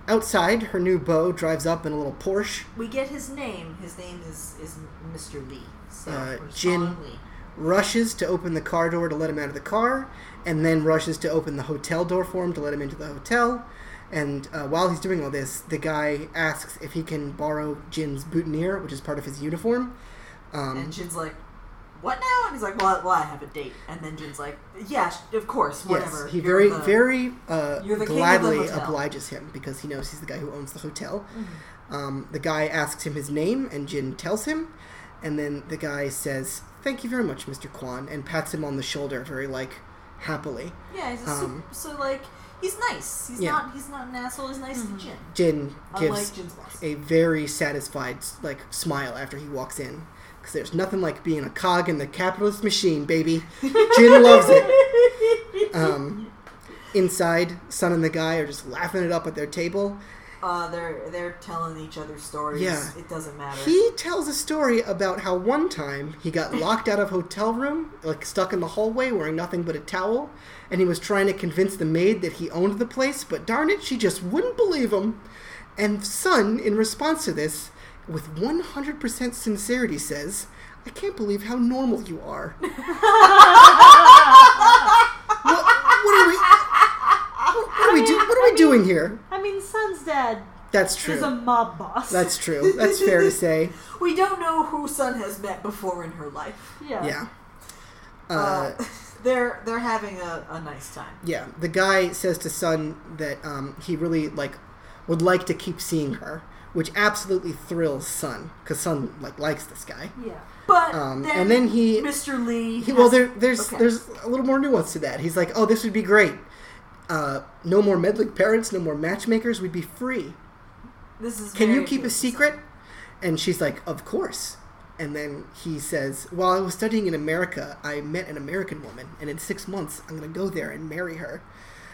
C: Outside, her new beau drives up in a little Porsche.
B: We get his name. His name is is Mr. Lee. So
C: Uh,
B: we're
C: Jin.
B: following Lee.
C: rushes to open the car door to let him out of the car, and then rushes to open the hotel door for him to let him into the hotel. And uh, while he's doing all this, the guy asks if he can borrow Jin's boutonniere, which is part of his uniform. Um,
B: And Jin's like, "What now?" And he's like, "Well, well, I have a date." And then Jin's like, "Yeah, sh- of course, whatever."
C: yes, he
B: You're
C: very,
B: the-
C: very uh,
B: you're the king of the
C: gladly
B: hotel."
C: obliges him because he knows he's the guy who owns the hotel.
B: Mm-hmm.
C: Um, the guy asks him his name, and Jin tells him, and then the guy says, "Thank you very much, Mr. Kwan," and pats him on the shoulder, very like, happily.
B: Yeah, he's a
C: Um,
B: super, so like he's nice. He's
C: yeah.
B: not he's not an asshole. He's nice to Jin.
C: Jin gives
B: Unlike Jin's boss.
C: a very satisfied like smile after he walks in because there's nothing like being a cog in the capitalist machine, baby. Jin loves it. Um, inside, Sun and the guy are just laughing it up at their table.
B: Uh, they're they're telling each other stories.
C: Yeah.
B: it doesn't matter.
C: He tells a story about how one time he got locked out of hotel room, like stuck in the hallway wearing nothing but a towel, and he was trying to convince the maid that he owned the place, but darn it, she just wouldn't believe him. And Sun, in response to this, with 100% sincerity, says, I can't believe how normal you are. what, what are we? What are we, do, what are we doing here?
A: I mean, Sun's dad
C: That's
A: is a
C: true.
A: mob boss.
C: That's true. That's fair to say.
B: we don't know who Sun has met before in her life.
A: yeah.
C: Yeah.
B: Uh,
C: Uh,
B: they're they're having a, a nice time.
C: yeah, the guy says to Sun that um, he really like would like to keep seeing her, which absolutely thrills Sun because Sun like likes this guy.
A: Yeah.
B: But
C: Um,
B: then
C: and then he,
B: Mr. Lee.
C: he
B: has-
C: well, there, there's
B: okay.
C: there's a little more nuance to that. He's like, oh, this would be great. Uh, no more meddling parents, no more matchmakers. We'd be free.
B: this is
C: Can you
B: very
C: keep a
B: good.
C: secret? And she's like, Of course. And then he says, While I was studying in America, I met an American woman, and in six months, I'm going to go there and marry her.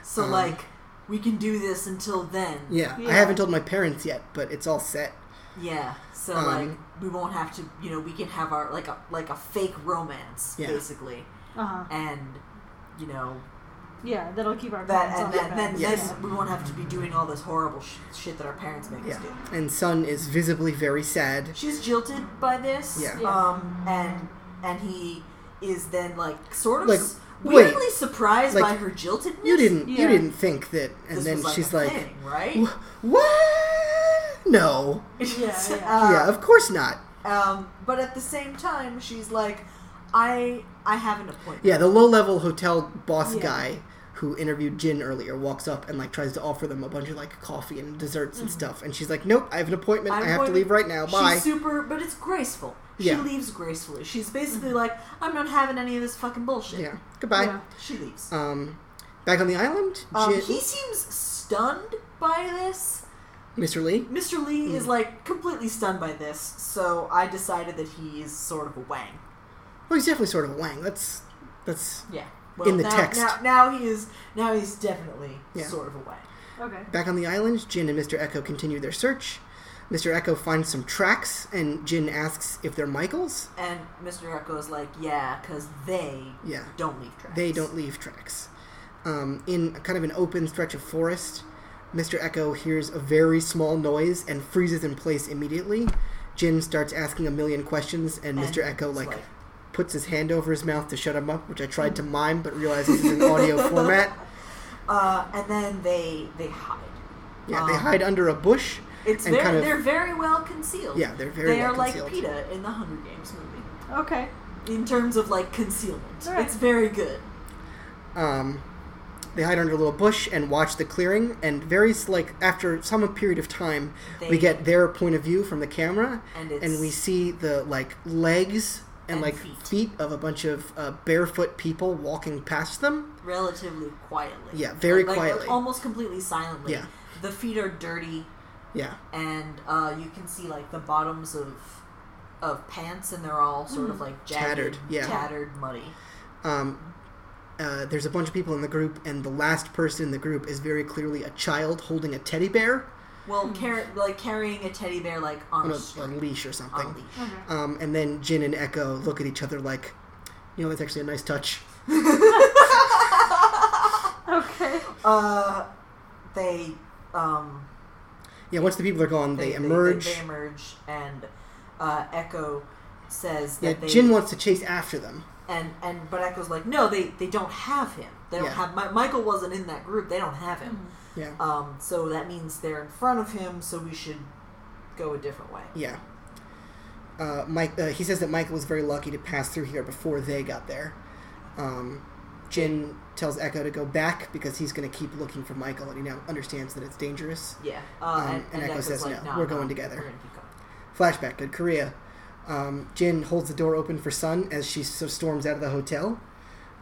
B: So
C: Um,
B: like we can do this until then.
C: Yeah,
A: Yeah.
C: I haven't told my parents yet, but it's all set.
B: Yeah. So
C: Um,
B: like we won't have to, you know, we can have our like a like a fake romance
C: Yeah.
B: basically,
A: Uh huh.
B: and you know
A: Yeah, that'll keep our
B: that
A: parents
B: and
A: off
B: that,
A: our
B: then
A: backs.
C: Yes.
B: then we won't have to be doing all this horrible sh- shit that our parents make us
C: Yeah.
B: do.
C: And Sun is visibly very sad.
B: She's jilted by this.
C: Yeah.
A: Yeah.
B: Um. And and he is then like sort of
C: Like,
B: s-
C: wait.
B: weirdly surprised
C: Like,
B: by her jiltedness.
C: You didn't, you
A: Yeah.
C: didn't think that. And
B: This
C: then
B: was, like,
C: she's
B: a
C: like,
B: thing, right?
C: "Wh- What? No.
A: Yeah,
B: Uh,
C: yeah, of course not.
B: Um, but at the same time, she's like, I I have an appointment.
C: Yeah, the low level hotel boss
A: Yeah.
C: guy who interviewed Jin earlier walks up and like tries to offer them a bunch of like coffee and desserts and stuff, and she's like, "Nope, I have an appointment. I,
B: I'm
C: have to
B: going-
C: leave right now. Bye."
B: Mm. She's super, but it's graceful. She
C: Yeah.
B: leaves gracefully. She's basically like, I'm not having any of this fucking bullshit.
C: yeah, goodbye.
A: Yeah.
B: She leaves.
C: Um, back on the island,
B: Um,
C: Jin,
B: he seems stunned by this.
C: Mr. Lee.
B: Mr. Lee
C: Mm.
B: is like completely stunned by this, so I decided that he is sort of a wang.
C: Well, he's definitely sort of a wang. That's that's
B: Yeah.
C: In the
B: now,
C: text.
B: Now, now he is. Now he's definitely
C: Yeah.
B: sort of a wang.
A: Okay.
C: back on the island. Jin and Mr. Echo continue their search. Mr. Echo finds some tracks, and Jin asks if they're Michael's.
B: And Mr. Echo is like, yeah, because they
C: Yeah.
B: don't leave tracks.
C: They don't leave tracks. Um, in kind of an open stretch of forest, Mr. Echo hears a very small noise and freezes in place immediately. Jin starts asking a million questions, and, Mr.
B: And
C: Echo
B: it's
C: like
B: like-
C: puts his hand over his mouth to shut him up, which I tried to mime, but realized this is an audio format.
B: Uh, and then they they hide.
C: Yeah, they
B: Um,
C: hide under a bush.
B: It's
C: And
B: very,
C: kind of-
B: they're very well concealed.
C: Yeah, they're very
B: they
C: well
B: are
C: concealed.
B: like PETA in the Hunger Games movie
A: Okay.
B: in terms of like concealment.
A: All right.
B: It's very good.
C: Um, they hide under a little bush and watch the clearing. And very s- like after some period of time, we
B: They-
C: get their point of view from the camera,
B: And it's
C: and we see the like legs and,
B: And
C: like feet.
B: feet.
C: of a bunch of uh, barefoot people walking past them.
B: relatively quietly.
C: Yeah, very
B: Like- like,
C: quietly.
B: almost completely silently.
C: Yeah.
B: The feet are dirty,
C: Yeah,
B: and uh, you can see like the bottoms of of pants, and they're all sort of like jagged,
C: Hmm. Tattered, yeah.
B: tattered, muddy.
C: um, uh, there's a bunch of people in the group, and the last person in the group is very clearly a child holding a teddy bear
B: Well, car- like carrying a teddy bear like on
C: on
B: a,
C: a, a
B: string,
C: leash or
B: on
C: something.
B: a leash.
A: Okay.
C: Um, and then Jin and Echo look at each other like, you know, that's actually a nice touch.
A: Okay.
B: Uh, they um.
C: Yeah, once the people are gone, they, emerge.
B: They, emerge, and uh, Echo says that
C: yeah,
B: they
C: Jin wants to chase after them.
B: and and but Echo's like, no, they they don't have him. They don't
C: Yeah.
B: have Mi- Michael wasn't in that group. They don't have him.
C: Yeah,
B: Um, so that means they're in front of him. So we should go a different way.
C: yeah. Uh, Mike, uh, he says that Michael was very lucky to pass through here before they got there. Um, Jin tells Echo to go back because he's going to keep looking for Michael, and he now understands that it's dangerous.
B: Yeah. Uh,
C: Um,
B: and,
C: and
B: and
C: Echo
B: Echo's
C: says,
B: like,
C: no,
B: "Nah,
C: we're
B: nah,
C: going together."
B: we're gonna keep going."
C: Flashback, good Korea. Um, Jin holds the door open for Sun as she so storms out of the hotel.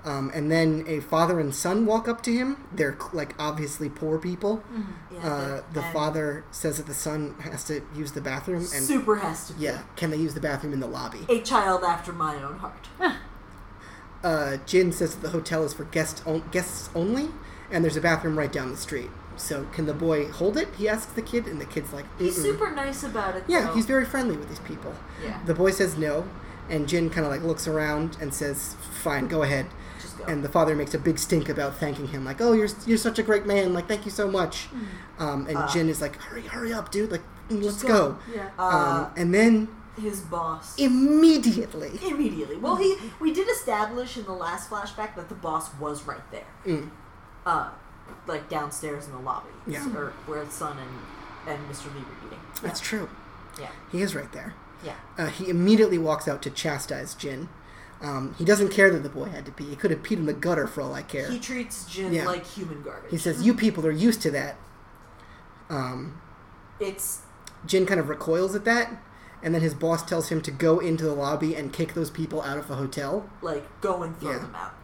C: Um, and then a father and son walk up to him. They're like obviously poor people.
B: Yeah,
C: Uh,
B: but-
C: the
B: and
C: father says that the son has to use the bathroom, and
B: super has to be
C: yeah, can they use the bathroom in the lobby?
B: a child after my own heart.
C: Uh, Jin says that the hotel is for guest on- guests only, and there's a bathroom right down the street. So can the boy hold it? He asks the kid, and the kid's like,
B: He's
C: "Mm-mm."
B: super nice about it.
C: Yeah,
B: though.
C: he's very friendly with these people.
B: yeah.
C: The boy says no, and Jin kind of like looks around and says, "Fine, go ahead."
B: Just go.
C: And the father makes a big stink about thanking him, like, "Oh, you're you're such a great man. Like, thank you so much." Um, and
B: Uh,
C: Jin is like, "Hurry, hurry up, dude! Like, mm, let's
B: Just
C: go."
B: go.
A: Yeah.
B: uh,
C: um, and then
B: his boss
C: immediately,
B: immediately. Well, he we did establish in the last flashback that the boss was right there,
C: Mm,
B: uh, like downstairs in the lobby,
C: Yeah.
B: or where Son and and Mr. Lee were eating.
C: that's true.
B: Yeah,
C: He is right there.
B: yeah.
C: Uh, he immediately walks out to chastise Jin. Um, he doesn't care that the boy had to pee. He could have peed in the gutter for all I care.
B: He treats Jin
C: Yeah.
B: like human garbage.
C: He says, "You people are used to that." Um,
B: it's
C: Jin kind of recoils at that, and then his boss tells him to go into the lobby and kick those people out of the hotel.
B: like go and throw
C: Yeah.
B: them out.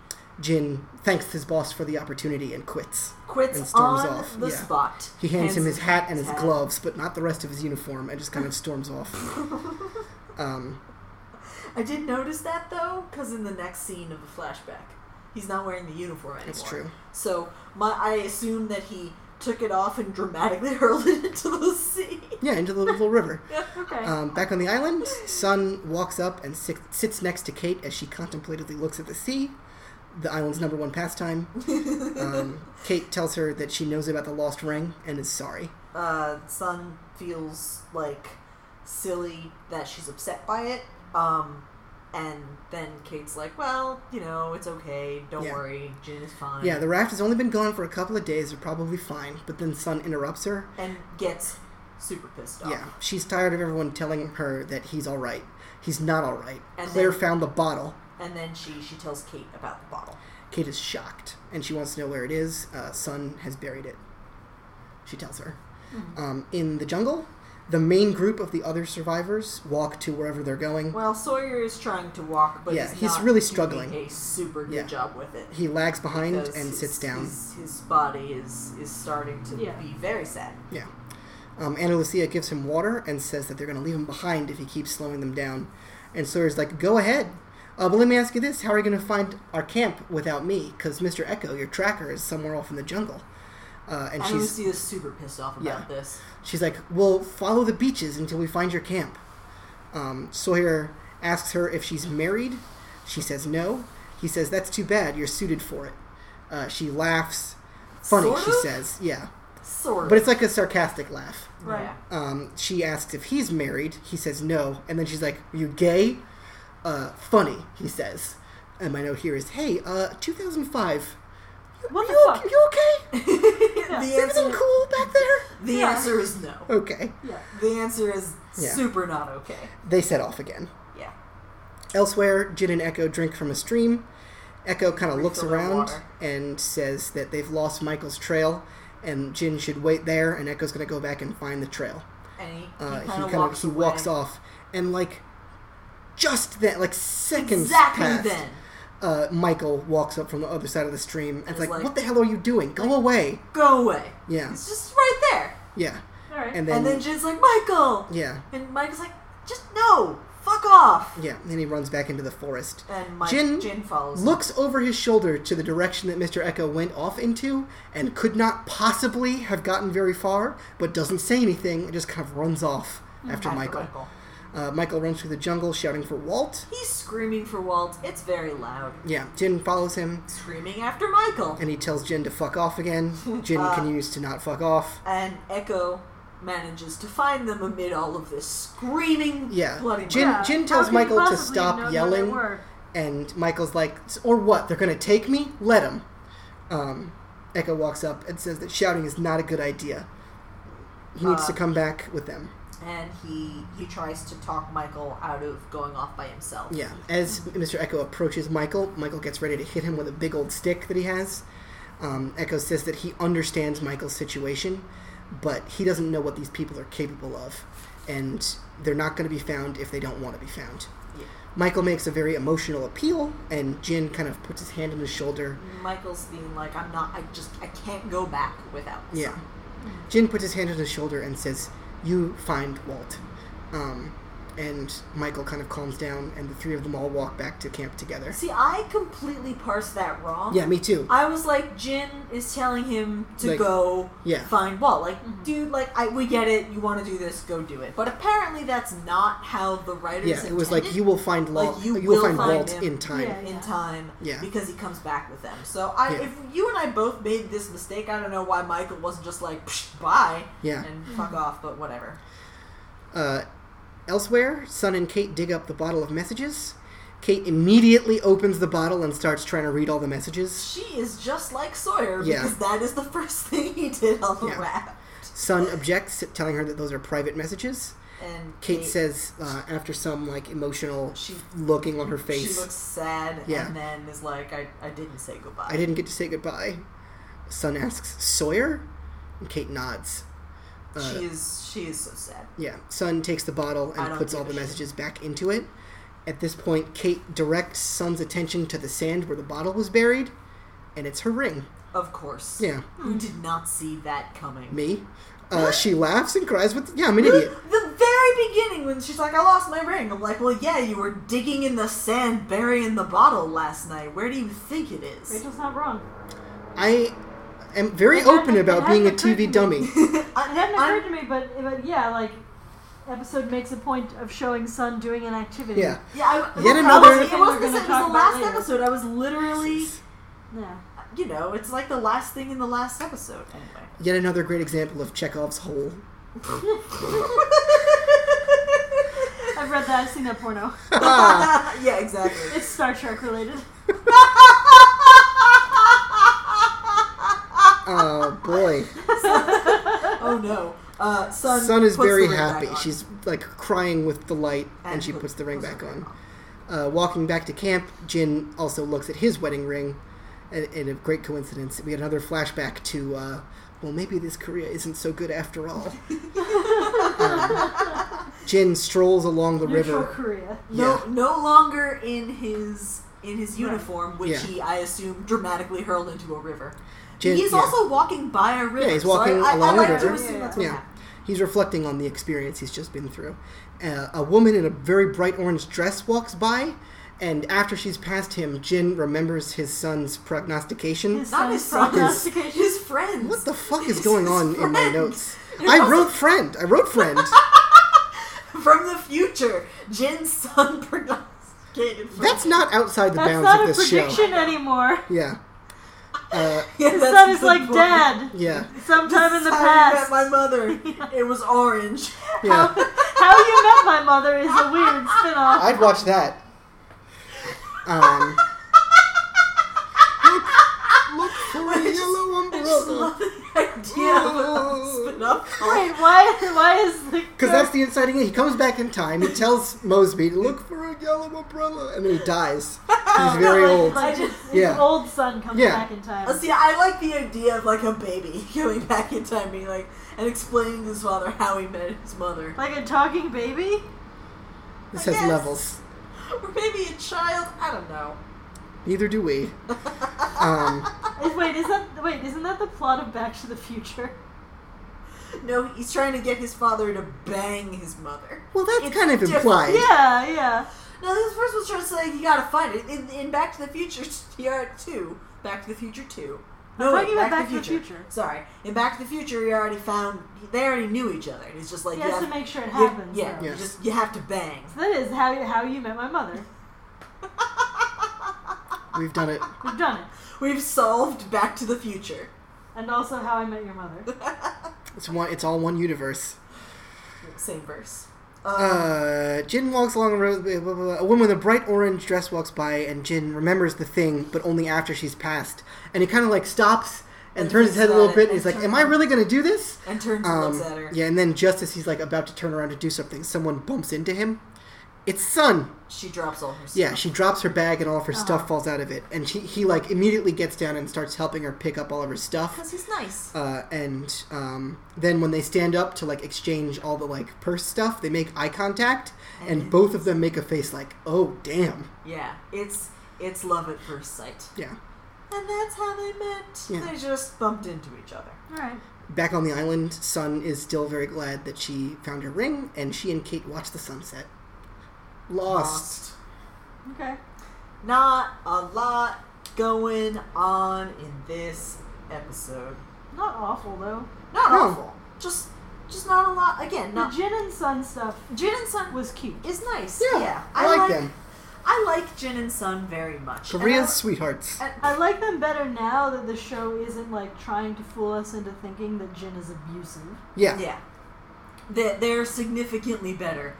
C: Jin thanks his boss for the opportunity and quits. And
B: Quits
C: storms
B: on
C: off,
B: the
C: yeah.
B: spot.
C: He hands him his hat and his
B: hat.
C: gloves, but not the rest of his uniform, and just kind of storms off. Um,
B: I did notice that though, because in the next scene of the flashback, he's not wearing the uniform anymore.
C: it's true.
B: So my, I assume that he took it off and dramatically hurled it into the sea.
C: Yeah, into the little river.
A: Okay.
B: Uh,
C: Um, back on the island, Sun walks up and sit, sits next to Kate as she contemplatively looks at the sea, the island's number one pastime. Um, Kate tells her that she knows about the lost ring and is sorry.
B: Uh, Sun feels like silly that she's upset by it. Um, and then Kate's like, "Well, you know, it's okay. Don't
C: Yeah.
B: worry. Jin is fine."
C: Yeah, the raft has only been gone for a couple of days. They're probably fine. But then Sun interrupts her.
B: and gets super pissed off.
C: Yeah, she's tired of everyone telling her that he's all right. He's not all right.
B: And
C: Claire
B: then-
C: found the bottle.
B: And then she she tells Kate about the bottle.
C: Kate is shocked, and she wants to know where it is. Uh, Sun has buried it. She tells her. Um, in the jungle, the main group of the other survivors walk to wherever they're going.
B: Well, Sawyer is trying to walk, but
C: Yeah,
B: he's,
C: he's
B: not
C: really
B: doing
C: struggling.
B: a super good
C: Yeah.
B: job with it.
C: He lags behind
B: because
C: and
B: his-
C: sits down.
B: His, his body is is starting to
A: Yeah.
B: be very sad.
C: Yeah. Um, Anna Lucia gives him water and says that they're going to leave him behind if he keeps slowing them down. And Sawyer's like, go ahead. Uh, but let me ask you this how are you going to find our camp without me? Because Mr. Echo, your tracker, is somewhere off in the jungle. Uh, and
B: And
C: she's,
B: Lucy is super pissed off about
C: Yeah.
B: this.
C: she's like, well, follow the beaches until we find your camp. Um, Sawyer asks her if she's married. She says no. He says, that's too bad. You're suited for it. Uh, she laughs. Funny,
B: Sort
C: she
B: of?
C: says. Yeah.
B: Sort
C: But it's like a sarcastic laugh.
B: of.
A: Right.
B: Yeah.
C: um, she asks if he's married. He says no, and then she's like, "Are you gay?" Uh, funny, he says. And my note here is, "Hey, uh, 2005.
A: what
C: You,
A: the fuck?
C: you okay?
B: The
C: Is everything
B: answer,
C: cool back there?"
B: the
A: Yeah.
B: answer is no.
C: Okay.
A: Yeah.
B: The answer is
C: Yeah.
B: super not okay.
C: They set off again.
B: Yeah.
C: Elsewhere, Jin and Echo drink from a stream. Echo kind of looks
B: Refill their
C: around
B: water.
C: and says that they've lost Michael's trail, and Jin should wait there, and Echo's gonna go back and find the trail.
B: And he,
C: Uh,
B: he
C: he
B: kind of
C: kind of
B: walks,
C: he walks
B: away.
C: off, and like just that, like seconds
B: Exactly
C: pass.
B: then.
C: uh, Michael walks up from the other side of the stream and
B: And
C: it's
B: is
C: like,
B: like-
C: "What the hell are you doing? Go away!"
B: Go away.
C: Yeah,
B: It's just right there.
C: yeah.
A: All right.
C: And then,
B: And then Jin's like, Michael!
C: yeah,
B: And Michael's like, just no! Fuck off!
C: yeah. And he runs back into the forest.
B: And Mike, Jin,
C: Jin-
B: follows. him.
C: Looks over his shoulder to the direction that Mr. Echo went off into and could not possibly have gotten very far, but doesn't say anything and just kind of runs off after Michael. Uh, Michael runs through the jungle shouting for Walt.
B: He's screaming for Walt. It's very loud.
C: Yeah, Jin follows him
B: Screaming after Michael.
C: and he tells Jin to fuck off again. Jin
B: Uh,
C: continues to not fuck off.
B: And Echo manages to find them amid all of this screaming
C: Yeah.
B: bloody
C: Jin-
B: murder.
A: Yeah,
C: Jin
A: how
C: tells
A: could you
C: Michael to
A: possibly
C: stop
A: know where they
C: yelling.
A: were?
C: And Michael's like, "S- or what? They're going to take me? Let them. Um, Echo walks up and says that shouting is not a good idea. He needs
B: Uh,
C: to come back with them.
B: And he he tries to talk Michael out of going off by himself.
C: Yeah. As Mr. Echo approaches Michael, Michael gets ready to hit him with a big old stick that he has. Um, Echo says that he understands Michael's situation, but he doesn't know what these people are capable of. And they're not going to be found if they don't want to be found.
B: Yeah.
C: Michael makes a very emotional appeal, and Jin kind of puts his hand on his shoulder.
B: Michael's being like, I'm not, I just, I can't go back without. the
C: Yeah.
B: sun."
C: Jin puts his hand on his shoulder and says, You find Walt. Um, and Michael kind of calms down, and the three of them all walk back to camp together.
B: See, I completely parsed that wrong.
C: Yeah, me too.
B: I was like, Jin is telling him to
C: Like,
B: go
C: yeah.
B: find Walt. Like,
A: Mhm.
B: dude, like, I, we get it. You want to do this, go do it. But apparently, that's not how the writers.
C: Yeah, it was like
B: intended
C: you will find Walt.
B: Like,
C: you,
B: Oh, you
C: will
B: will
C: find,
B: find
C: Walt
B: him.
C: in time.
A: Yeah.
B: in time
C: Yeah.
B: because he comes back with them. So I,
C: Yeah.
B: if you and I both made this mistake, I don't know why Michael wasn't just like, Psh, bye
C: Yeah.
B: and fuck off. But whatever.
C: Uh, elsewhere, Sun and Kate dig up the bottle of messages. Kate immediately opens the bottle and starts trying to read all the messages.
B: She is just like Sawyer
C: Yeah.
B: because that is the first thing he did on the
C: Yeah.
B: raft.
C: Sun objects, telling her that those are private messages.
B: And
C: Kate says, uh, after some like emotional
B: she
C: looking on her face,
B: She looks sad
C: Yeah.
B: and then is like, I, I didn't say goodbye.
C: "I didn't get to say goodbye." Sun asks Sawyer, and Kate nods. Uh,
B: she is she is so sad.
C: Yeah, Sun takes the bottle
B: I
C: and
B: don't
C: puts
B: give
C: all
B: a
C: the
B: shit.
C: messages back into it. At this point, Kate directs Sun's attention to the sand where the bottle was buried, and it's her ring.
B: Of course.
C: Yeah,
B: You did not see that coming.
C: me. Uh, she laughs and cries with. Yeah, I'm an idiot.
B: The very beginning when she's like, I lost my ring. I'm like, well, yeah, you were digging in the sand, burying the bottle last night. Where do you think it is?
A: Rachel's not wrong.
C: I am very
A: It hadn't-
C: open about
A: it
C: being a
A: hadn't occurred
C: TV
A: to me.
C: dummy.
A: It hadn't
B: I'm-
A: occurred to me, but, but yeah, like, episode makes a point of showing Sun doing an activity.
C: Yeah.
B: Yeah, I,
C: Yet
B: I
C: another-
B: was- it was,
A: We're gonna
B: the, it was
A: talk
B: the
A: about
B: last
A: later.
B: episode. I was literally,
A: Yeah.
B: you know, it's like the last thing in the last episode. Anyway.
C: Yet another great example of Chekhov's hole.
A: I've read that. I've seen that porno.
C: Ah,
B: yeah, exactly.
A: It's Star Trek related.
C: oh boy.
B: oh no. Uh, Sun,
C: Sun is
B: puts
C: very
B: the ring back
C: happy.
B: on.
C: She's like crying with delight, and, she
B: put-
C: puts the ring back
B: ring
C: on. Uh, walking back to camp, Jin also looks at his wedding ring, and, and a great coincidence, we had another flashback to, uh, well, maybe this Korea isn't so good after all. Um, Jin strolls along the
A: Neutral
C: river.
A: Korea.
B: No,
C: Yeah.
B: no longer in his in his uniform, which
C: Yeah.
B: he, I assume, dramatically hurled into a river.
C: Jin-
B: he's
C: yeah.
B: also walking by a river.
C: Yeah, he's
B: so I-
C: walking
B: I, I,
C: along a
B: like
C: river.
B: To assume that's what
C: Yeah.
B: happened.
C: He's reflecting on the experience he's just been through. Uh, a woman in a very bright orange dress walks by, and after she's passed him, Jin remembers his son's prognostication.
A: His
B: Not
A: son's
B: his son.
A: prognostication.
B: His friends.
C: What the fuck is going on in my
B: friend.
C: notes?
B: It
C: I
B: wasn't-
C: wrote friend. I wrote friend.
B: From the future, Jin's son prognosticated. for-
C: That's not outside the
A: That's
C: bounds
A: not
C: of
A: a
C: this show.
A: prediction anymore.
C: Yeah. Uh,
B: Yeah,
A: His
B: that's
A: son is
B: the
A: like
B: point.
A: dead.
C: yeah.
A: Sometime in the
B: This time I met
A: past.
B: my mother. It was orange.
C: Yeah.
A: How you met my mother is a weird spin-off.
C: I'd watch that. Um. Look, look for a yellow
B: Just
C: umbrella.
B: love the idea of a spin-off.
A: Wait, why? Why is the
C: Because that's the inciting. He comes back in time. He tells Mosby to look for a yellow umbrella, and then he dies. He's very old.
A: Oh, Like,
B: I
A: his
B: just-
C: Yeah.
A: old son comes
C: Yeah.
A: back in time.
B: Uh, See, I like the idea of like a baby going back in time, being like, and explaining to his father how he met his mother,
A: Like a talking baby?
C: This has
B: Yes.
C: levels.
B: or maybe a child. I don't know.
C: Neither do we. Um.
A: Is- Wait, is that wait, isn't that the plot of Back to the Future?
B: No, he's trying to get his father to bang his mother.
C: Well, that's
B: It's
C: kind of
B: different.
C: implied.
A: Yeah, yeah.
B: No, this first was trying to say you gotta find it in, in Back to the Future. You're at two. Back to the Future two. No,
A: I'm
B: wait,
A: talking about Back to the Future.
B: Sorry, in Back to the Future, he already found they already knew each other. He's just like
A: He
B: you
A: has to
B: have-
A: make sure it
B: you-
A: happens.
B: Yeah,
A: though.
B: you
C: Yes.
B: just you have to bang.
A: So that is how you, how you met my mother.
C: We've done it.
A: We've done it.
B: We've solved Back to the Future.
A: And also how I met your mother.
C: It's one. It's all one universe.
B: Same verse.
C: Uh, Jin walks along a road. blah, blah, blah. A woman with a bright orange dress walks by, and Jin remembers the thing, but only after she's passed. And he kind of like stops and
B: And
C: turns his head
B: thinks
C: a
B: about
C: little
B: it
C: bit. And
B: and
C: he's like,
B: turns
C: "Am I
B: around."
C: really going to do this?"
B: and turns and
C: Um,
B: looks at her.
C: yeah. And then just as he's like about to turn around to do something, someone bumps into him, It's Sun.
B: She drops all her stuff.
C: Yeah, she drops her bag and all of her
A: Uh-huh.
C: stuff falls out of it, and she he like immediately gets down and starts helping her pick up all of her stuff.
B: Because he's nice.
C: Uh, and um, then when they stand up to like exchange all the like purse stuff, they make eye contact, and both of them make a face like, "Oh damn!"
B: Yeah, it's it's love at first sight.
C: Yeah.
B: And that's how they met.
C: Yeah.
B: They just bumped into each other.
A: All right.
C: Back on the island, Sun is still very glad that she found her ring, and she and Kate watch the sunset. Lost.
A: Okay.
B: Not a lot going on in this episode.
A: Not awful though.
B: Not
C: No.
B: awful. Just just not a lot. Again,
A: The
B: not
A: gin and sun stuff
B: Jin and Sun
A: was cute.
B: is nice.
C: Mm-hmm. Yeah, I, like, them.
B: I like Jin and Sun very much.
C: Korea's sweethearts.
B: And uh, I,
A: I like them better now that the show isn't like trying to fool us into thinking that Jin is abusive.
C: yeah.
B: and- yeah. They, they're significantly better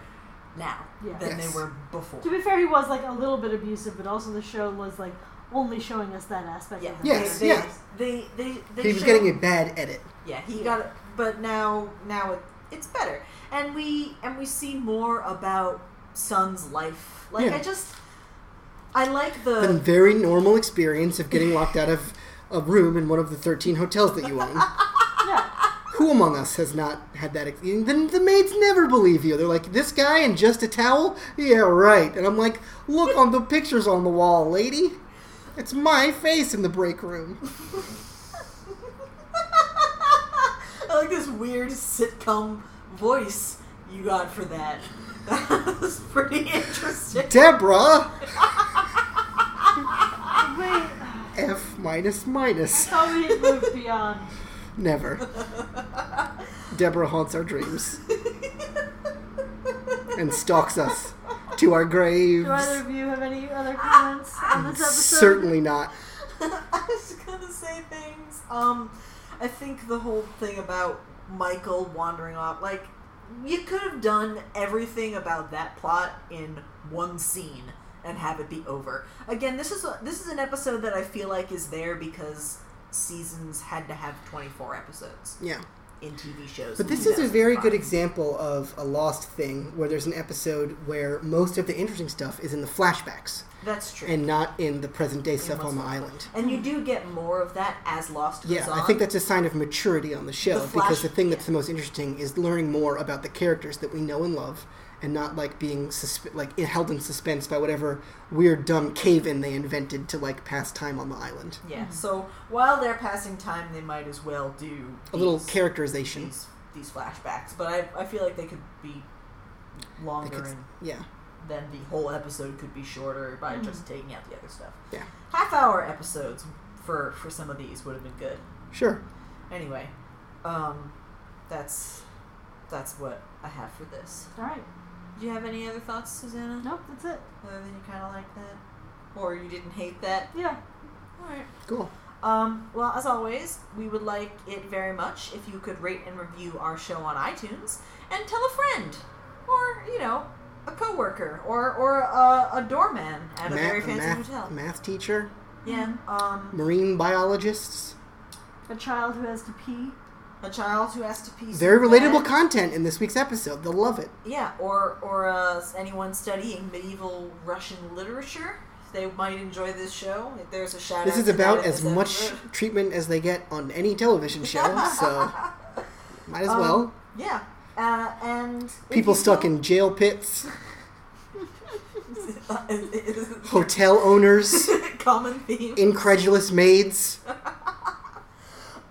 B: now
A: Yeah.
B: than
C: Yes.
B: they were before.
A: To be fair, he was like a little bit abusive, but also the show was like only showing us that aspect.
B: Yeah.
A: Of him.
C: Yes,
B: they,
C: yeah.
B: They, they, they,
C: he was
B: show-
C: getting a bad edit.
B: Yeah, he got it, but now now it, it's better, and we and we see more about Sun's life. Like
C: Yeah.
B: I just, I like
C: the
B: the
C: very normal experience of getting locked out of a room in one of the 13 hotels that you own.
A: Yeah.
C: Who among us has not had that? Ex- the, the maids never believe you. They're like, this guy and just a towel? Yeah, right. And I'm like, look on the pictures on the wall, lady. It's my face in the break room.
B: I like this weird sitcom voice you got for that. That was pretty interesting.
C: Deborah!
A: Wait,
C: F minus
A: I
C: minus.
A: thought we had moved beyond.
C: Never. Deborah haunts our dreams and stalks us to our graves.
A: Do either of you have any other comments on this episode?
C: Certainly not.
B: I was gonna say things. Um, I think the whole thing about Michael wandering off, like, you could have done everything about that plot in one scene and have it be over. Again, this is a, this is an episode that I feel like is there because seasons had to have twenty four episodes
C: Yeah.
B: in TV shows.
C: But
B: in
C: this is a very good
B: 2005.
C: example of a lost thing where there's an episode where most of the interesting stuff is in the flashbacks
B: That's true.
C: and not in the present day stuff
B: what's
C: on the
B: going
C: island.
B: And you do get more of that as Lost goes
C: Yeah,
B: on.
C: I think that's a sign of maturity on the show
B: The flash-
C: because the thing that's
B: yeah.
C: the most interesting is learning more about the characters that we know and love and not like being susp- like held in suspense by whatever weird dumb cave-in they invented to like pass time on the island.
B: Yeah. So while they're passing time, they might as well do
C: A little
B: these-
C: characterization.
B: these, these flashbacks. But I, I feel like they could be
C: Like
B: longer,
C: it's-
B: and
C: yeah.
B: then the whole episode could be shorter by just taking out the other stuff.
C: Yeah.
B: Half hour episodes for for some of these would have been good.
C: Sure.
B: Anyway, um, that's that's what I have for this.
A: All right.
B: Do you have any other thoughts, Susanna?
A: Nope. That's it.
B: Other than you kind of like that, or you didn't hate that.
A: Yeah.
B: All right.
C: Cool.
B: Um, well, as always, we would like it very much if you could rate and review our show on iTunes and tell a friend, or you know, a coworker, or or a, a doorman at a
C: Ma-
B: very fancy
C: math,
B: hotel.
C: math teacher,
B: Yeah. Um,
C: marine biologists.
A: A child who has to pee.
B: a child who has to pee.
C: Very
B: so
C: relatable
B: bad.
C: content in this week's episode. They'll love it.
B: yeah. Or or uh, anyone studying medieval Russian literature, they might enjoy this show. There's a shout.
C: This
B: out
C: is
B: to that
C: about
B: in
C: as
B: this
C: much
B: episode.
C: treatment as they get on any television show, so might as
B: Um,
C: well.
B: Yeah. Uh, and if
C: People
B: you
C: stuck
B: feel-
C: in jail pits,
B: Hotel.
C: hotel owners,
B: Common theme.
C: incredulous maids.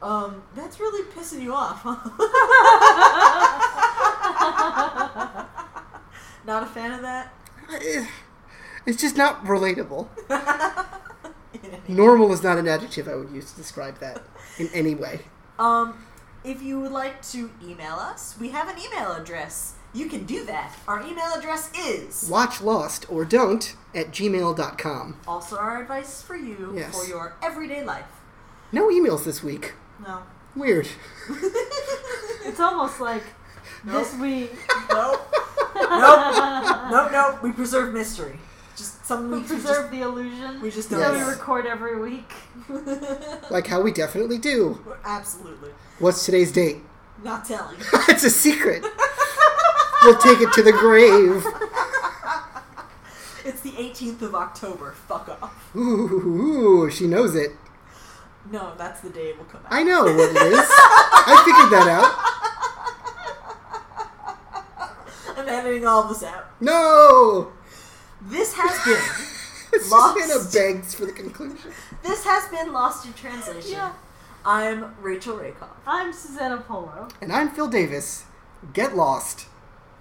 B: Um, that's really pissing you off, huh? Not a fan of that.
C: Eh, It's just not relatable.
B: In any-
C: Normal is not an adjective I would use to describe that in any way.
B: um, if you would like to email us, we have an email address. You can do that. Our email address is
C: Watch Lost or Don't at gmail.com.
B: also our advice for you
C: Yes.
B: for your everyday life.
C: No emails this week.
B: No.
C: Weird.
A: It's almost like this week.
B: Nope. nope. Nope. Nope. We preserve mystery. Just some
A: We
B: weeks we
A: preserve the illusion
B: just, we just don't.
A: that we
C: Yes.
A: record every week.
C: Like how we definitely do.
B: Absolutely.
C: What's today's date?
B: Not telling.
C: it's a secret. We'll take it to the grave.
B: the 18th of October. Fuck off.
C: Ooh, she knows it.
B: No, that's the day it will come out.
C: I know what it is. I figured that out.
B: I'm editing all this out.
C: No!
B: This has been.
C: It's
B: Lost.
C: just Hannah begs for the conclusion.
B: This has been Lost in Translation.
A: Yeah.
B: I'm Rachel Rakoff.
A: I'm Susanna Polo.
C: And I'm Phil Davis. Get lost.